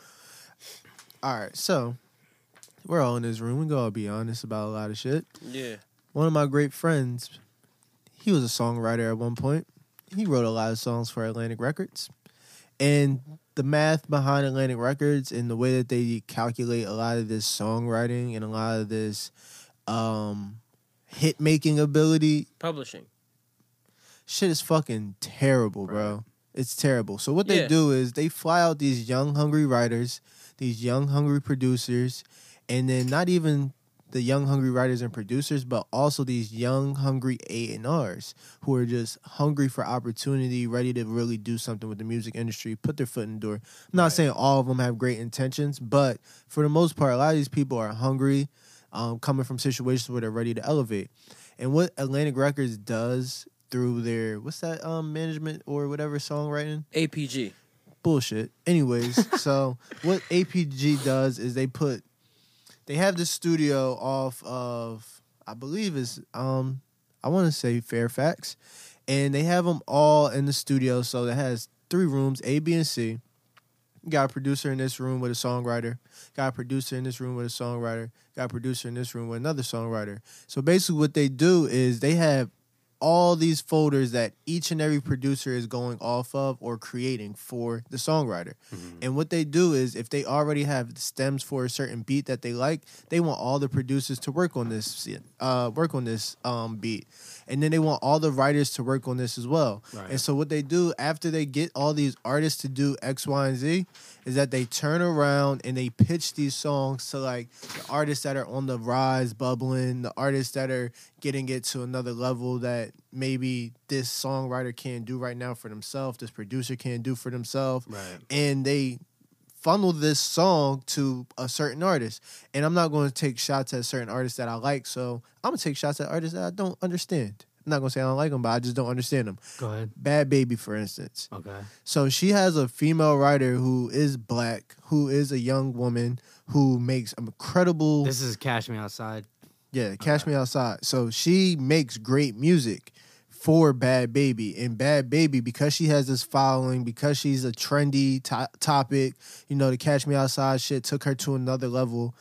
G: all right, so we're all in this room. We can all be honest about a lot of shit.
E: Yeah.
G: One of my great friends, he was a songwriter at one point. He wrote a lot of songs for Atlantic Records. And the math behind Atlantic Records and the way that they calculate a lot of this songwriting and a lot of this um, hit making ability
E: Publishing.
G: shit is fucking terrible, bro. It's terrible. So what they
E: Yeah.
G: do is they fly out these young hungry writers, these young hungry producers, and then not even the young hungry writers and producers, but also these young hungry A and R's who are just hungry for opportunity, ready to really do something with the music industry, put their foot in the door. I'm not saying all of them have great intentions, but for the most part, a lot of these people are hungry, um, coming from situations where they're ready to elevate. And what Atlantic Records does through their what's that um management or whatever songwriting
E: APG.
G: bullshit. Anyways, so what APG does is they put they have this studio off of I believe is um I want to say Fairfax, and they have them all in the studio. So it has three rooms, A, B, and C. You got a producer in this room with a songwriter. Got a producer in this room with a songwriter. Got a producer in this room with another songwriter. So basically, what they do is they have all these folders that each and every producer is going off of or creating for the songwriter. And what they do is if they already have stems for a certain beat that they like, they want all the producers to work on this uh, work on this um, beat. And then they want all the writers to work on this as well. And so what they do after they get all these artists to do X, Y, and Z is that they turn around and they pitch these songs to like the artists that are on the rise, bubbling, the artists that are getting it to another level that maybe this songwriter can't do right now for themselves, this producer can't do for themselves.
B: Right.
G: And they funnel this song to a certain artist. And I'm not going to take shots at certain artists that I like, so I'm going to take shots at artists that I don't understand. I'm not going to say I don't like them, but I just don't understand them.
F: Go ahead.
G: Bad Baby, for instance.
F: Okay.
G: So she has a female writer who is black, who is a young woman, who makes incredible.
F: This is Cash Me Outside.
G: Yeah, Cash Me Outside. So she makes great music for Bad Baby. And Bad Baby, because she has this following, because she's a trendy to- topic, you know, the Cash Me Outside shit took her to another level.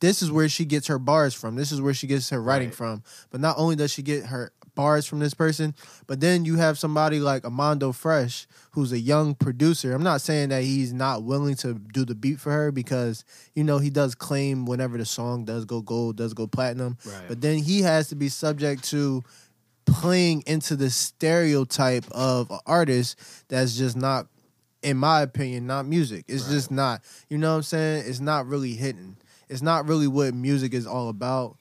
G: This is where she gets her bars from. This is where she gets her writing from. But not only does she get her bars from this person, but then you have somebody like Amando Fresh, who's a young producer. I'm not saying that he's not willing to do the beat for her because, you know, he does claim whenever the song does go gold, does go platinum.
F: Right.
G: But then he has to be subject to playing into the stereotype of an artist that's just not, in my opinion, not music. It's just not. You know what I'm saying? It's not really hitting. It's not really what music is all about.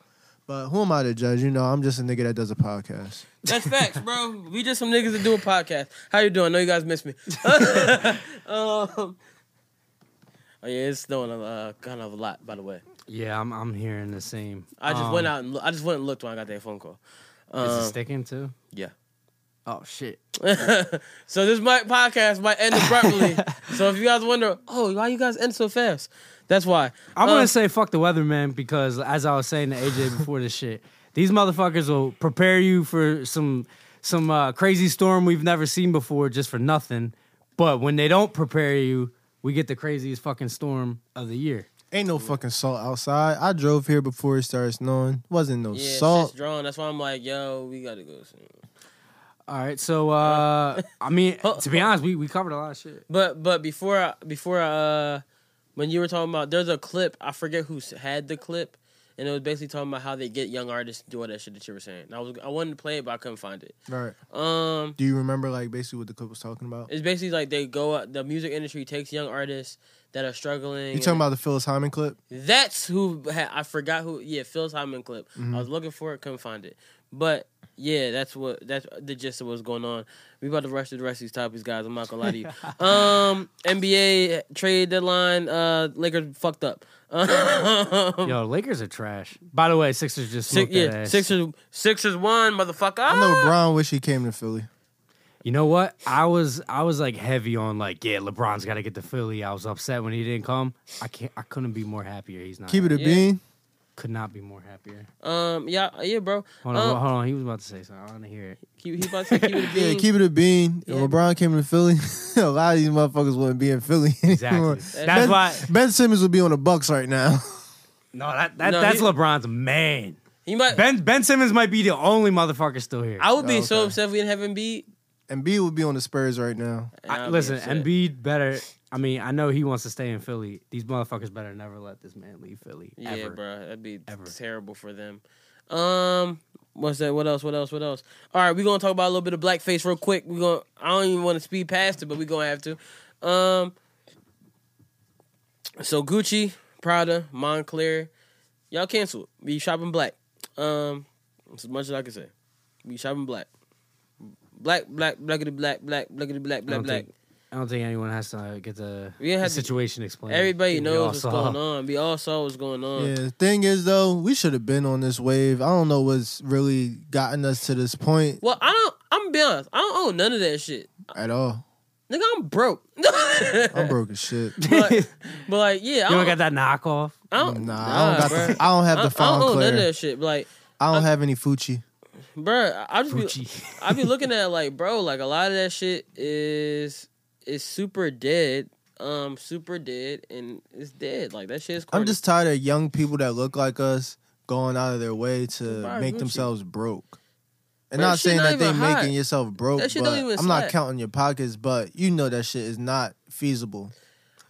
G: But who am I to judge? You know, I'm just a nigga that does a podcast.
E: That's facts, bro. We just some niggas that do a podcast. How you doing? I know you guys miss me. um, oh yeah, it's snowing uh, kind of a lot, by the way.
F: Yeah, I'm I'm hearing the same.
E: I just
F: Um,
E: went out and lo- I just went and looked when I got that phone call.
F: Is it
E: Um,
F: sticking too?
E: yeah.
F: Oh shit.
E: so this might podcast might end abruptly. so if you guys wonder, oh, why you guys end so fast? That's why.
F: I'm
E: Uh,
F: gonna say fuck the weather, man, because as I was saying to AJ before this shit, these motherfuckers will prepare you for some some uh, crazy storm we've never seen before just for nothing. But when they don't prepare you, we get the craziest fucking storm of the year.
G: Ain't no fucking salt outside. I drove here before it started snowing. Wasn't no
E: yeah, shit's
G: salt.
E: drawn. That's why I'm like, yo, we gotta go soon.
F: All right, so uh, I mean, to be honest, we, we covered a lot of shit.
E: But but before I, before I, uh, when you were talking about, there's a clip. I forget who s- had the clip, and it was basically talking about how they get young artists to do all that shit that you were saying. And I was I wanted to play it, but I couldn't find it.
G: Right.
E: Um,
G: Do you remember like basically what the clip was talking about?
E: it's basically like they go out. The music industry takes young artists that are struggling.
G: You talking about the Phyllis Hyman clip?
E: That's who ha- I forgot who. Yeah, Phil Simon clip.
G: Mm-hmm.
E: I was looking for it, couldn't find it. But yeah, that's what that's the gist of what's going on. We about to rush through the rest of these topics, guys. I'm not gonna lie to you. um, NBA trade deadline. Uh, Lakers fucked up. Um,
F: Yo, Lakers are trash. By the way, Sixers just
E: six,
F: smoked that
E: yeah,
F: ass.
E: Sixers. Sixers won, motherfucker.
G: I know LeBron wish he came to Philly.
F: You know what? I was I was like heavy on like yeah, LeBron's got to get to Philly. I was upset when he didn't come. I can't. I couldn't be more happier. He's not.
G: Keep it a
E: Yeah.
G: bean.
F: Could not be more happier.
E: Um, yeah, yeah, bro. Um,
F: Hold on,
E: Oh.
F: hold on. He was about to say something. I want to hear it.
E: He, he about to say keep it a
G: Yeah,
E: bean.
G: keep it a bean.
E: Yeah.
G: If LeBron came to Philly, a lot of these motherfuckers wouldn't be in Philly
F: Exactly.
G: anymore.
F: that's
G: Ben,
F: why.
G: Ben Simmons would be on the Bucks right now.
F: No, that, that
E: No,
F: that's
E: he-
F: LeBron's man.
E: He might.
F: Ben Ben Simmons might be the only motherfucker still here.
E: I would be
G: Oh,
E: so
G: okay.
E: upset if we didn't have Embiid.
G: and B would be on the Spurs right now.
E: And I'd
F: I,
E: be
F: listen,
E: upset.
F: Embiid better. I mean, I know he wants to stay in Philly. These motherfuckers better never let this man leave Philly.
E: Yeah,
F: ever.
E: bro, that'd be
F: Ever.
E: terrible for them. Um, what's that? What else? What else? What else? All right, we're gonna talk about a little bit of blackface real quick. We gonna I don't even want to speed past it, but we gonna have to. Um, so Gucci, Prada, Montclair, y'all canceled. We shopping black. Um, that's as much as I can say. We shopping black. Black, black, blackity black, black, blackity black, black,
F: I don't,
E: black.
F: Think, I don't think anyone has to get the,
E: We didn't
F: the
E: have to-
F: situation explained.
E: Everybody
F: We
E: knows
F: all
E: what's
F: saw.
E: going on. We all saw what's going on.
G: Yeah, the thing is though, we should have been on this wave. I don't know what's really gotten us to this point
E: Well, I don't. I'm gonna be honest. I don't own none of that shit.
G: at all.
E: Nigga, I'm broke.
G: I'm broke as shit.
E: but, but like, yeah, I
F: You
E: don't,
F: don't got that knockoff.
E: I don't,
G: Nah, I don't got
E: bruh.
G: the, I don't have
E: I-
G: the
E: I
G: fine
E: don't own none of
G: Claire.
E: that shit. But like,
G: I don't have any Fucci.
E: bruh, I just be,
F: Gucci.
E: I be looking at it like, bro, like a lot of that shit is is super dead. um super dead and it's dead. Like that shit's.
G: I'm just tired of young people that look like us going out of their way to
E: Buy
G: make
E: Gucci.
G: themselves broke. And
E: Bro,
G: not
E: shit
G: saying
E: not
G: that they
E: even hot.
G: making yourself broke,
E: That shit
G: but
E: don't even
G: I'm not
E: slap.
G: counting your pockets, but you know that shit is not feasible.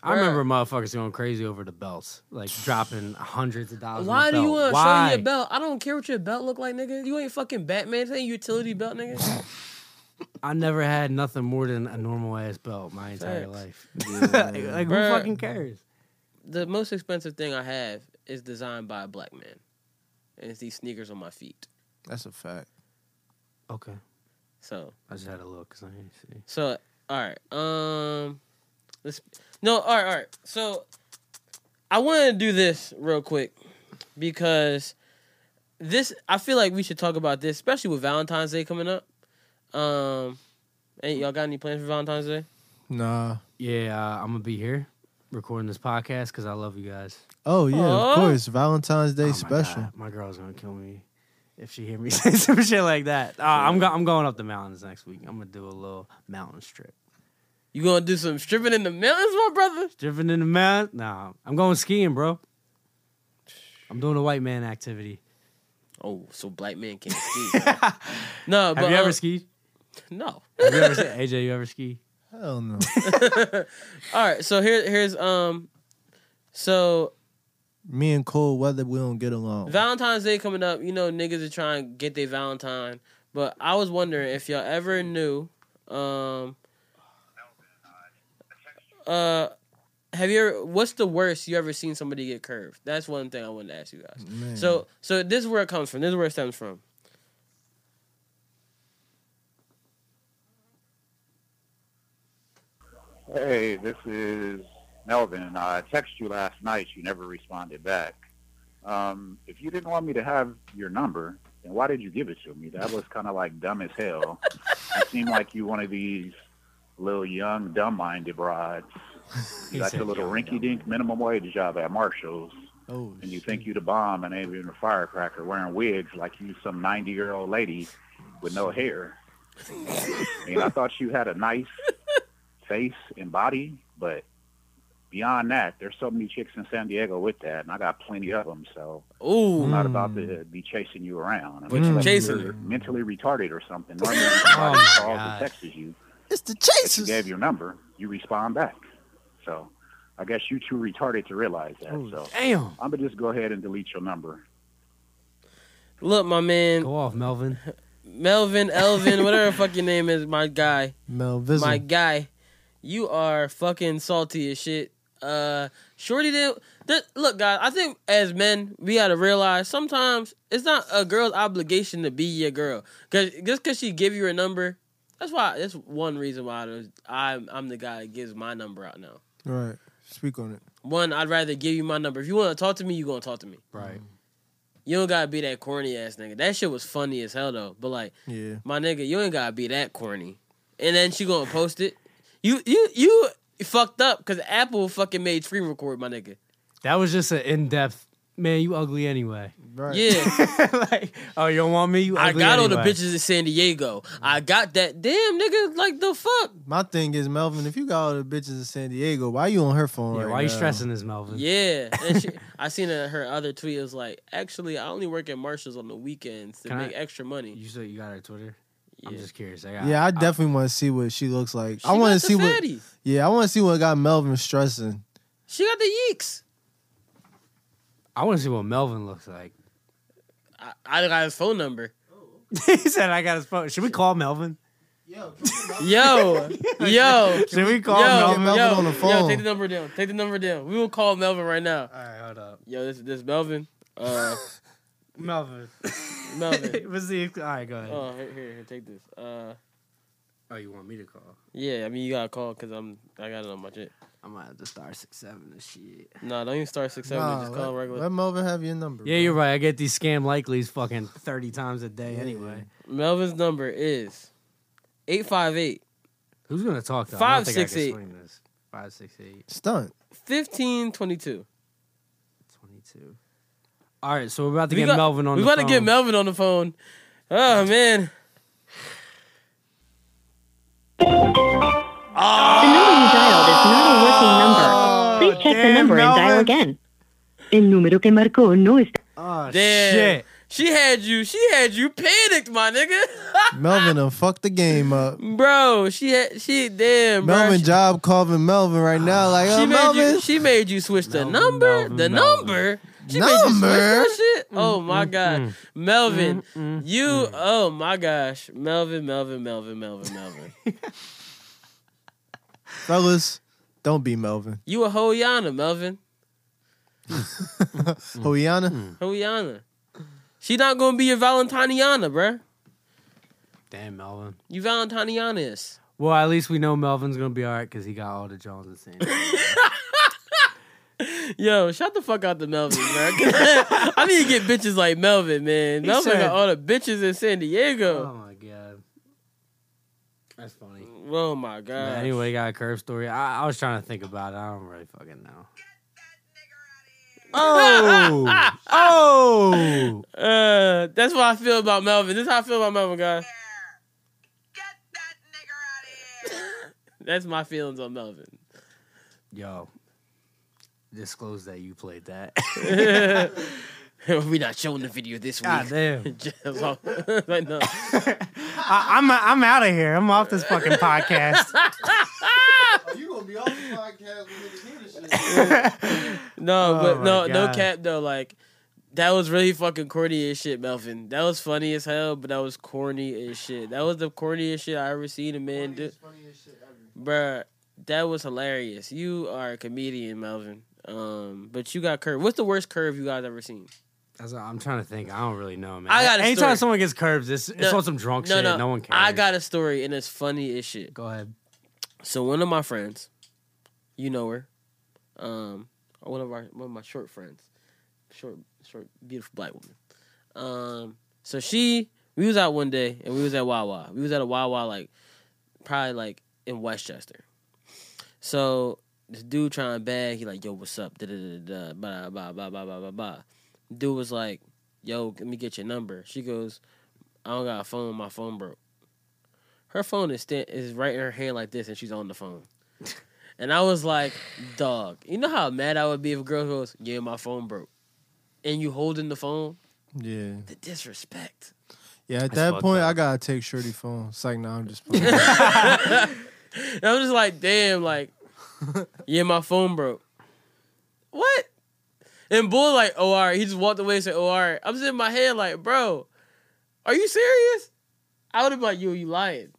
F: I
E: Bruh.
F: remember motherfuckers going crazy over the belts, like dropping hundreds of dollars. on
E: Why
F: the
E: do you want
F: belt.
E: to show
F: Why?
E: me your belt? I don't care what your belt look like, nigga. You ain't fucking Batman. This ain't utility belt, nigga.
F: I never had nothing more than a normal ass belt my entire
E: Facts.
F: life.
G: Yeah,
F: like,
G: man.
F: like, who
E: Bruh.
F: fucking cares?
E: the most expensive thing I have is designed by a black man, and it's these sneakers on my feet.
G: That's a fact.
F: Okay,
E: So,
F: I just had a look because I didn't see.
E: so all right. Um, let's no. All right, all right. So, I want to do this real quick because this I feel like we should talk about this, especially with Valentine's Day coming up. Um, hey, y'all got any plans for Valentine's Day?
G: Nah.
F: Yeah, uh, I'm gonna be here recording this podcast because I love you guys.
G: Oh yeah,
E: Aw.
G: of course. Valentine's Day
F: Oh my
G: special.
F: God, My, girl's gonna kill me if she hear me say some shit like that. Uh, I'm go- I'm going up the mountains next week. I'm gonna do a little mountain strip.
E: You gonna do some stripping in the mountains, my brother?
F: Driven in the mountain? Nah, I'm going skiing, bro. I'm doing a white man activity.
E: Oh, so black men can't ski. no, but
F: Have you
E: uh,
F: ever skied?
E: no.
F: Have you ever, ski- AJ, you ever ski?
G: Hell no.
E: All right, so here, here's um, so
G: Me and cold weather, we don't get along.
E: Valentine's Day coming up. You know, niggas are trying to get their Valentine, but I was wondering if y'all ever knew, um, uh, have you ever? What's the worst you ever seen somebody get curved? That's one thing I wanted to ask you guys.
G: Man.
E: So, so this is where it comes from. This is where it stems from.
I: Hey, this is Melvin. I texted you last night. You never responded back. Um, if you didn't want me to have your number, then why did you give it to me? That was kind of like dumb as hell. you seem like you one of these little young, dumb-minded brods. You got
F: said
I: your little
F: young,
I: rinky-dink minimum wage job at Marshalls,
G: oh,
I: and you think you the bomb and ain't even a firecracker wearing wigs like you some 90-year-old lady with no hair. I mean, I thought you had a nice face and body, but beyond that, there's so many chicks in San Diego with that, and I got plenty of them, so
E: Ooh,
I: I'm not about to
F: Mm.
I: be chasing you around. I
E: But you're
I: unless
E: chasing
I: you're
E: me.
I: mentally retarded or something. Normally,
F: Oh
I: somebody
F: my
I: calls
F: God.
I: and texts you.
G: it's the
I: If you
G: chasers.
I: gave your number, you respond back. So I guess you too retarded to realize that.
F: Oh.
I: So
F: Damn.
I: I'm going to just go ahead and delete your number.
E: look, my man,
F: Go off, Melvin.
E: Melvin, Elvin, whatever the fuck your name is, my guy.
G: Melvism.
E: my guy, you are fucking salty as shit. Uh, Shorty did. Th- look, guys, I think as men, we gotta realize sometimes it's not a girl's obligation to be your girl. Cause just cause she give you her number, that's why. That's one reason why I don't- I'm I'm the guy that gives my number out now.
G: Right. Speak on it.
E: One, I'd rather give you my number. If you want to talk to me, you gonna talk to me.
F: Right.
E: You don't gotta be that corny ass nigga. That shit was funny as hell though. But like,
G: Yeah.
E: my nigga, you ain't gotta be that corny. And then she gonna post it. You you you fucked up because Apple fucking made screen record, my nigga.
F: That was just an in depth. Man, you ugly anyway.
G: Right.
E: Yeah,
F: like, oh, you don't want me? You
E: I
F: ugly
E: got all the
F: anyway.
E: bitches in San Diego.
F: Mm-hmm.
E: I got that damn nigga. Like the fuck.
G: My thing is, Melvin, if you got all the bitches in San Diego, why you on her phone
F: Yeah,
G: right
F: why you
G: now?
F: stressing this, Melvin?
E: Yeah, and she, I seen her, her other tweet. It was like, actually, I only work at Marshalls on the weekends to
F: Can I-
E: make extra money.
F: You said you got her Twitter? I'm
E: Yeah.
F: just curious. I got,
G: Yeah, I definitely want to see what she looks like. I
E: She
G: want
E: got
G: to
E: the
G: see what.
E: fatty.
G: Yeah, I want to see what got Melvin stressing.
E: She got the yeeks.
F: I want to see what Melvin looks like.
E: I, I got his phone number.
F: he said, I got his phone. Should we call Melvin?
E: Yo, yo,
F: Should we call Melvin?
G: Melvin
E: yo,
G: on the
E: Yo,
G: phone.
E: take the number down. Take the number down. We will call Melvin right now.
F: All right, hold up.
E: Yo, this this Melvin. Uh,
F: Melvin.
E: Melvin.
F: Let's see. if- All right, go ahead.
E: Oh, here, here, here, take this. Uh,
F: oh, you want me to call?
E: yeah. I mean, you gotta call because I'm I got it on my shit.
F: I might have to start six seven and shit.
E: Nah, don't even start six seven.
G: Nah,
E: just call
G: let,
E: regular.
G: let Melvin have your number.
F: Yeah,
G: bro.
F: you're right. I get these scam likelies fucking thirty times a day anyway.
E: Melvin's number is eight five eight
F: Who's gonna talk though? I
E: Five,
F: don't think
E: six,
F: I can
E: eight.
F: swing this. Five six eight
G: stunt.
E: fifteen twenty two.
F: twenty two. All right, so we're about to
E: We
F: get
E: got-
F: Melvin on.
E: We
F: the
E: about to
F: phone.
E: get Melvin on the phone. Oh man.
K: The number you dialed is
L: not a working number. Please check the number and dial again. El número que marcó no está.
E: Damn.
L: shit.
E: She had you. She had you panicked, my nigga.
G: Melvin done fucked the game up.
E: bro, she had she damn, bro.
G: Melvin job calling Melvin right now. Like,
E: Ah. she
G: oh,
E: made
G: Melvin.
E: you. She made you switch the number. the number. She made you switch
G: Number?
E: that shit. Oh my god, Melvin, you. Oh my gosh, Melvin, Melvin, Melvin, Melvin, Melvin.
G: Fellas, don't be Melvin.
E: you a Hoyana, Melvin. Mm.
G: Hoiana?
E: Hoyana. She not gonna be your Valentiniana, bruh.
F: Damn, Melvin.
E: You Valentiniana is.
F: Well, at least we know Melvin's gonna be all right because he got all the Jones and Sanders.
E: Yo, shout the fuck out to Melvin, bro. I need to get bitches like Melvin, man.
F: He
E: Melvin
F: said-
E: got all the bitches in San Diego.
F: Oh my god, that's funny.
E: Oh my god.
F: anyway, got a curve story. I, I was trying to think about it. I don't really fucking know. Oh, oh.
E: Uh, that's what I feel about Melvin. This is how I feel about Melvin, guys. That's my feelings on Melvin.
F: Yo, disclose that you played that.
E: we not showing the video this
F: God
E: week.
F: damn.
E: Just all- like, no.
F: I, I'm I'm out of here. I'm off this fucking podcast.
G: Oh, you gonna be off the podcast
E: No,
F: Oh
E: but
F: my
E: no, no
F: God.
E: cap though. Like that was really fucking corny as shit, Melvin. That was funny as hell, but that was corny as shit. That was the corniest shit I ever seen a man do. Bruh, that was hilarious. You are a comedian, Melvin. Um, but you got curve. What's the worst curve you guys ever seen?
F: That's what I'm trying to think. I don't really know, man.
E: I got a
F: Anytime
E: story.
F: someone gets curves, it's, it's on some drunk shit. No one cares.
E: I got a story and it's funny as shit.
F: Go ahead.
E: So one of my friends, you know her, um, one of our one of my short friends, short short beautiful black woman. Um, so she we was out one day and we was at Wawa. We was at a Wawa like probably like in Westchester. So this dude trying to bag, he like, yo, what's up? Da da da da da blah blah blah blah blah blah. Dude was like, yo, let me get your number. She goes, I don't got a phone. My phone broke. Her phone is sta- is right in her hand like this, and she's on the phone. and I was like, dog, you know how mad I would be if a girl goes, yeah, my phone broke, and you holding the phone.
G: Yeah.
E: The disrespect.
G: Yeah, at
E: That's
G: that
E: fucked
G: point, I gotta take Shirty phone. It's like, nah, I'm just playing.
E: And I'm just like, damn, like, yeah, my phone broke. What? And Bull like, oh, all right. He just walked away and said, oh, all right. I'm just in my head like, bro, are you serious? I would have been like, yo, you lying.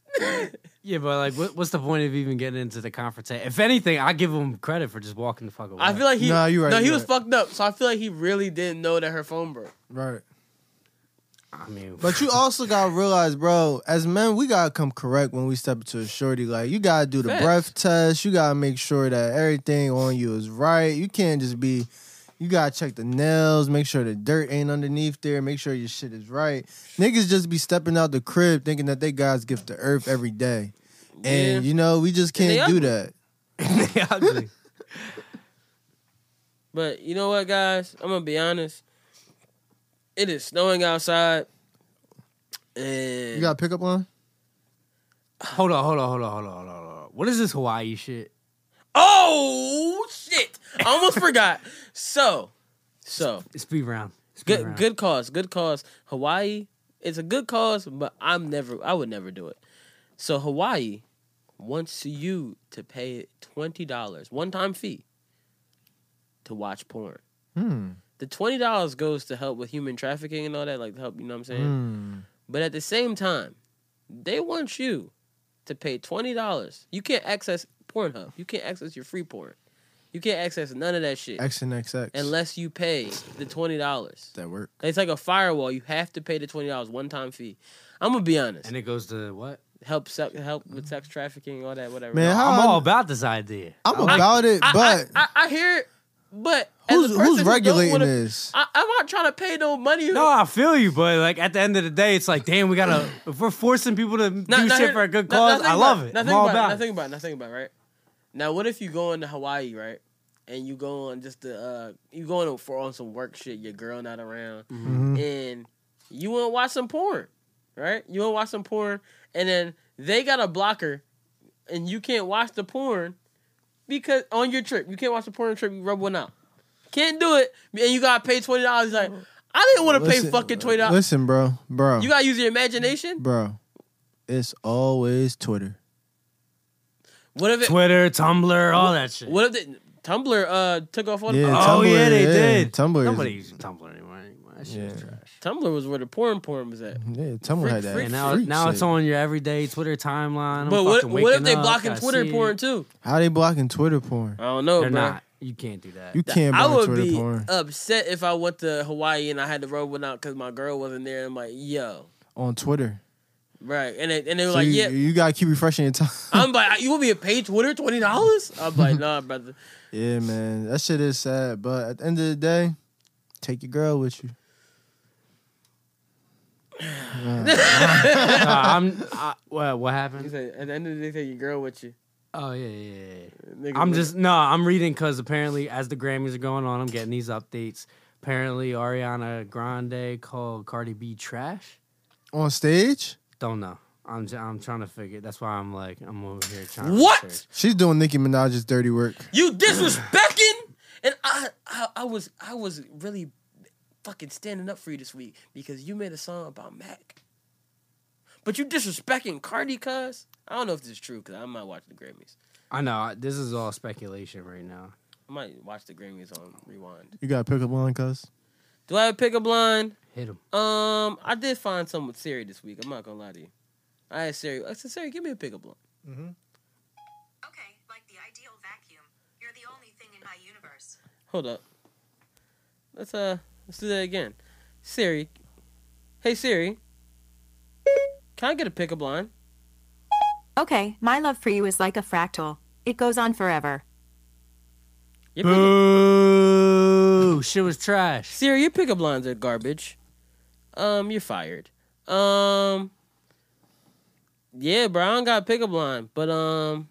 F: Yeah, but like, what, what's the point of even getting into the confrontation? If anything, I give him credit for just walking the fuck away.
E: I feel like he,
G: Nah, you right,
E: no,
G: you
E: he was
G: right.
E: fucked up. So I feel like he really didn't know that her phone broke.
G: right.
F: I mean,
G: But you also gotta realize, bro, as men, we gotta come correct when we step into a shorty. Like, you gotta do the
E: Facts.
G: breath test. You gotta make sure that everything on you is right. You can't just be, you gotta check the nails, make sure the dirt ain't underneath there, make sure your shit is right. Niggas just be stepping out the crib thinking that they guys gift the earth every day. And,
E: Yeah.
G: you know, we just
E: And
G: can't
E: they
G: do
E: ugly.
G: that.
F: They ugly.
E: But you know what, guys? I'm gonna be honest. It is snowing outside, and
G: You got a pickup line?
F: hold on, hold on, hold on, hold on, hold on, hold on. What is this Hawaii shit?
E: oh shit! I almost forgot. So, so
F: Speed round. Speed
E: good,
F: round.
E: good cause, good cause. Hawaii, it's a good cause, but I'm never, I would never do it. So Hawaii wants you to pay twenty dollars, one time fee, to watch porn.
G: Hmm.
E: The twenty dollars goes to help with human trafficking and all that, like to help. You know what I'm saying?
G: Hmm.
E: But at the same time, they want you to pay twenty dollars. You can't access Pornhub. You can't access your free porn. You can't access none of that shit
G: X and XX.
E: unless you pay the twenty dollars.
G: that work.
E: It's like a firewall. You have to pay the twenty dollars one time fee. I'm gonna be honest.
F: And it goes to what?
E: Help se- help with sex trafficking, all that, whatever.
G: Man, how
F: I'm
G: I-
F: all about this idea.
G: I'm about it,
E: I,
G: but
E: I, I, I hear it, but as a
G: who's
E: person
G: who's
E: who don't
G: regulating
E: wanna-
G: this?
E: I, I'm not trying to pay no money.
F: No, I feel you, but like at the end of the day, it's like, damn, we gotta. If we're forcing people to do shit
E: here-
F: for a good
E: now-
F: cause,
E: now think
F: I love
E: about,
F: it.
E: Now
F: I'm
E: think
F: all
E: about,
F: about
E: it. Now
F: it.
E: think about it. Now think about it, right? Now what if you going to Hawaii, right? And you go on just the uh you going on for on some work shit, your girl not around,
G: Mm-hmm.
F: Mm-hmm.
E: and you wanna watch some porn, right? You wanna watch some porn, and then they got a blocker and you can't watch the porn. because on your trip, you can't watch a porn on your trip. You rub one out. Can't do it, and you gotta pay twenty dollars. Like I didn't want to pay
G: Listen-
E: fucking twenty dollars.
G: Listen, bro, bro,
E: You gotta use your imagination.
G: bro. It's always Twitter.
E: What if it?
F: Twitter, Tumblr, all that shit.
E: What if the Tumblr uh took off on?
G: Yeah,
E: oh
G: Tumblr,
E: yeah, they
G: yeah,
E: did.
G: Tumblr is-
F: Nobody uses Tumblr anymore. anymore. That shit is trash.
E: Tumblr was where the porn porn was at.
G: Yeah, Tumblr had that.
F: And now,
G: Freak
F: now
G: shit.
F: it's on your everyday Twitter timeline. I'm
E: But what?
F: fucking
E: What if
F: waking
E: they
F: up,
E: blocking
F: gotta
E: Twitter
F: see
E: porn
F: it.
E: too?
G: How they blocking Twitter porn?
E: I don't know,
F: They're
E: bro.
F: not. You can't do that.
G: You can't
E: I
G: block
E: would
G: Twitter
E: be uh,
G: porn.
E: upset if I went to Hawaii and I had to roll one out because my girl wasn't there. I'm like, yo,
G: on Twitter.
E: right? And they, and they were
G: So
E: like,
G: you,
E: yeah.
G: you gotta keep refreshing your time.
E: I'm like, you will be a paid Twitter twenty dollars? I'm like, nah, brother.
G: yeah, man, that shit is sad. But at the end of the day, take your girl with you.
F: Uh, I'm. I, what, what
E: He
F: happened?
E: said, at the end of the day, take your girl with you.
F: Oh yeah, yeah, yeah. yeah.
E: Nigga,
F: I'm
E: look-
F: just no. I'm reading because apparently, as the Grammys are going on, I'm getting these updates. Apparently, Ariana Grande called Cardi B trash.
G: On stage,
F: Don't know. I'm j- I'm trying to figure. That's why I'm like I'm over here trying. To
E: What?
F: research.
G: she's doing Nicki Minaj's dirty work.
E: You disrespecting? And I, I, I was, I was really fucking standing up for you this week because you made a song about Mac. But you disrespecting Cardi, cuz I don't know if this is true because I'm not watching the Grammys.
F: I know I- this is all speculation right now.
E: I might watch the Grammys on rewind.
G: You gotta pick up on, cuz.
E: Do I have pick a blind?
F: Hit him.
E: Um, I did find some with Siri this week. I'm not gonna lie to you. I asked Siri. I said, Siri, give me a pick a blind.
M: Okay, like the ideal vacuum. You're the only thing in my universe.
E: Hold up. Let's uh let's do that again. Siri. Hey Siri. Can I get a pick a blind?
M: Okay, my love for you is like a fractal. It goes on forever.
E: Your pick-
F: Boo! Shit was trash.
E: Siri, your pick a blinds are garbage. Um, you're fired. Um Yeah, bro, I don't got a pick a blind. But um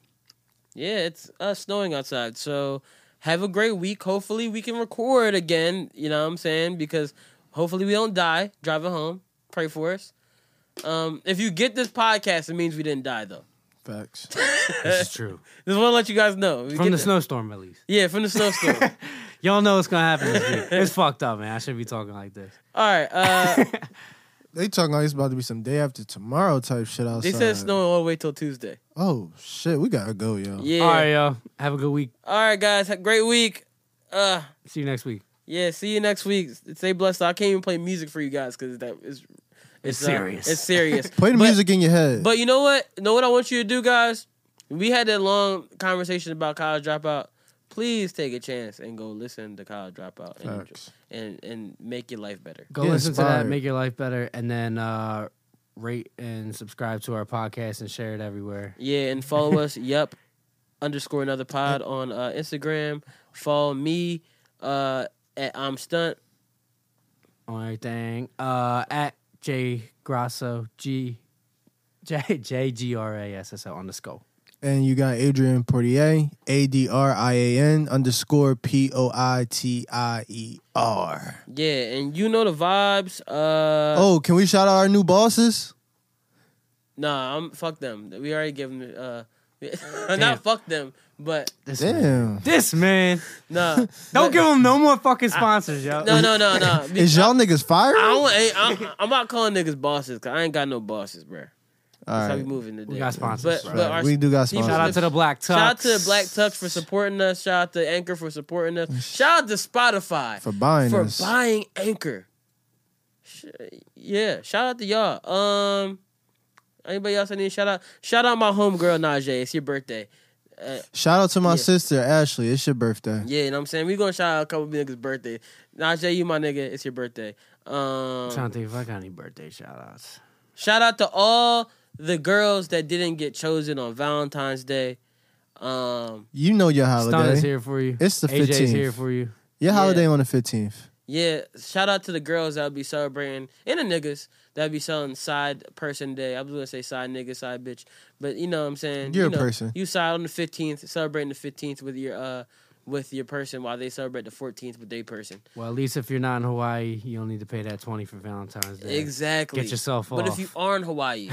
E: yeah, it's uh snowing outside, so have a great week. Hopefully we can record again, you know what I'm saying? Because hopefully we don't die driving home. Pray for us. Um, if you get this podcast, it means we didn't die though.
G: Facts.
F: This is true.
E: Just want to let you guys know. We
F: From
E: get
F: the
E: that-
F: snowstorm, at least.
E: Yeah, from the snowstorm.
F: Y'all know what's gonna happen this week. It's fucked up, man. I should be talking like this.
E: All right. Uh,
G: They talking like it's about to be some day after tomorrow type shit
E: they
G: outside.
E: said it's snowing all the way till Tuesday.
G: Oh shit, we gotta go, yo.
E: Yeah.
F: All right, y'all. Have a good week.
E: All right, guys. Have a great week. Uh,
F: See you next week.
E: yeah. See you next week. Stay blessed. I can't even play music for you guys because that is.
F: It's
E: uh,
F: serious.
E: it's serious.
G: Play the
E: But-
G: music in your head.
E: But you know what? You know what I want you to do, guys? We had that long conversation about college dropout. Please take a chance and go listen to college dropout and
G: Facts.
E: and, and make your life better.
F: Go
G: Get
F: listen to that.
G: inspired.
F: Make your life better, and then uh, rate and subscribe to our podcast and share it everywhere.
E: Yeah, and follow us. Yep, underscore another pod on uh, Instagram. Follow me uh, at I'm Stunt.
F: on everything. Uh, at J Grasso G J J G R A S S O underscore.
G: and you got Adrian Portier, A D R I A N underscore P O I T I E R.
E: Yeah, and you know the vibes. Uh,
G: Oh, can we shout out our new bosses?
E: Nah, I'm fuck them. We already gave them. Uh, not fuck them, but
F: This man.
G: Damn.
F: This man.
E: nah.
F: Don't give him no more fucking sponsors, yo.
E: No, no, no, no.
G: Is y'all niggas fired?
E: I don't, hey, I'm, I'm not calling niggas bosses because I ain't got no bosses, bro.
G: All
E: That's how we
G: right.
E: moving today.
F: got sponsors,
E: But,
F: bro.
E: but our,
G: We do got
E: people-
G: sponsors.
F: Shout out to the Black Tux.
E: Shout out to Black Tux for supporting us. Shout out to Anchor for supporting us. Shout out to Spotify
G: Mm. For buying
E: for
G: us.
E: buying Anchor. Sh- Yeah, shout out to y'all. Um, anybody else I need to shout out? Shout out my homegirl Najee. It's your birthday.
G: Shout out to my
E: Yeah.
G: sister Ashley. It's your birthday.
E: Yeah, you know what I'm saying? we gonna shout out a couple of niggas' birthday. Najee, you my nigga, it's your birthday. Um
F: I'm trying to think if I got any birthday shout outs.
E: Shout out to all the girls that didn't get chosen on Valentine's Day. Um,
G: You know your
F: Stun is
G: holiday.
F: here for you.
G: It's the
F: AJ's
G: 15th.
F: here for you.
G: Your
E: Yeah.
G: holiday on the fifteenth.
E: yeah, shout out to the girls that'll be celebrating and the niggas that'll be selling side person day. I was gonna say side nigga, side bitch, but you know what I'm saying.
G: You're
E: you
G: a
E: know,
G: person.
E: You side on the 15th, celebrating the 15th with your uh with your person while they celebrate the 14th with their person.
F: Well, at least if you're not in Hawaii, you don't need to pay that twenty for Valentine's Day.
E: Exactly.
F: Get yourself
E: But
F: off.
E: if you are in Hawaii,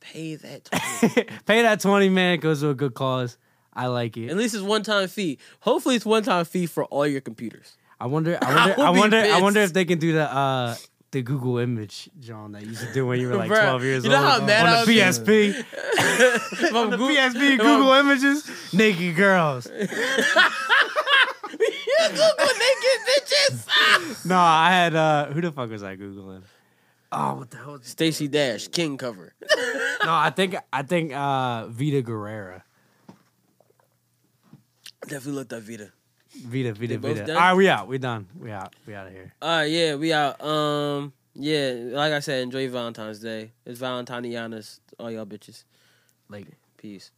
E: pay that. 20.
F: pay that twenty, man. It goes to a good cause. I like it.
E: At least it's one time fee. Hopefully, it's one time fee for all your computers.
F: I wonder.
E: I
F: I wonder. I,
E: would be
F: wonder. I wonder
E: pissed.
F: if they can do the uh, the Google image, John, that you used to do when you were like
E: Bruh,
F: twelve years
E: you know
F: old
E: how mad I
F: on
E: would
F: the
E: be?
F: PSP.
E: If I'm
F: on the
E: Goo-
F: PSP,
E: if I'm-
F: Google images, naked girls.
E: you Google naked bitches.
F: no, I had uh, who the fuck was I googling? Oh, what the hell?
E: Stacy Dash, King cover.
F: No, I think I think uh, Vita Guerrera.
E: Definitely looked up Vita.
F: Vita, Vita,
E: both
F: Vita.
E: done?
F: All right, we out. We done. We out. We out of here.
E: All right, yeah, we out. Um, yeah, like I said, enjoy Valentine's Day. It's Valentinianas, all y'all bitches.
F: Later.
E: Peace.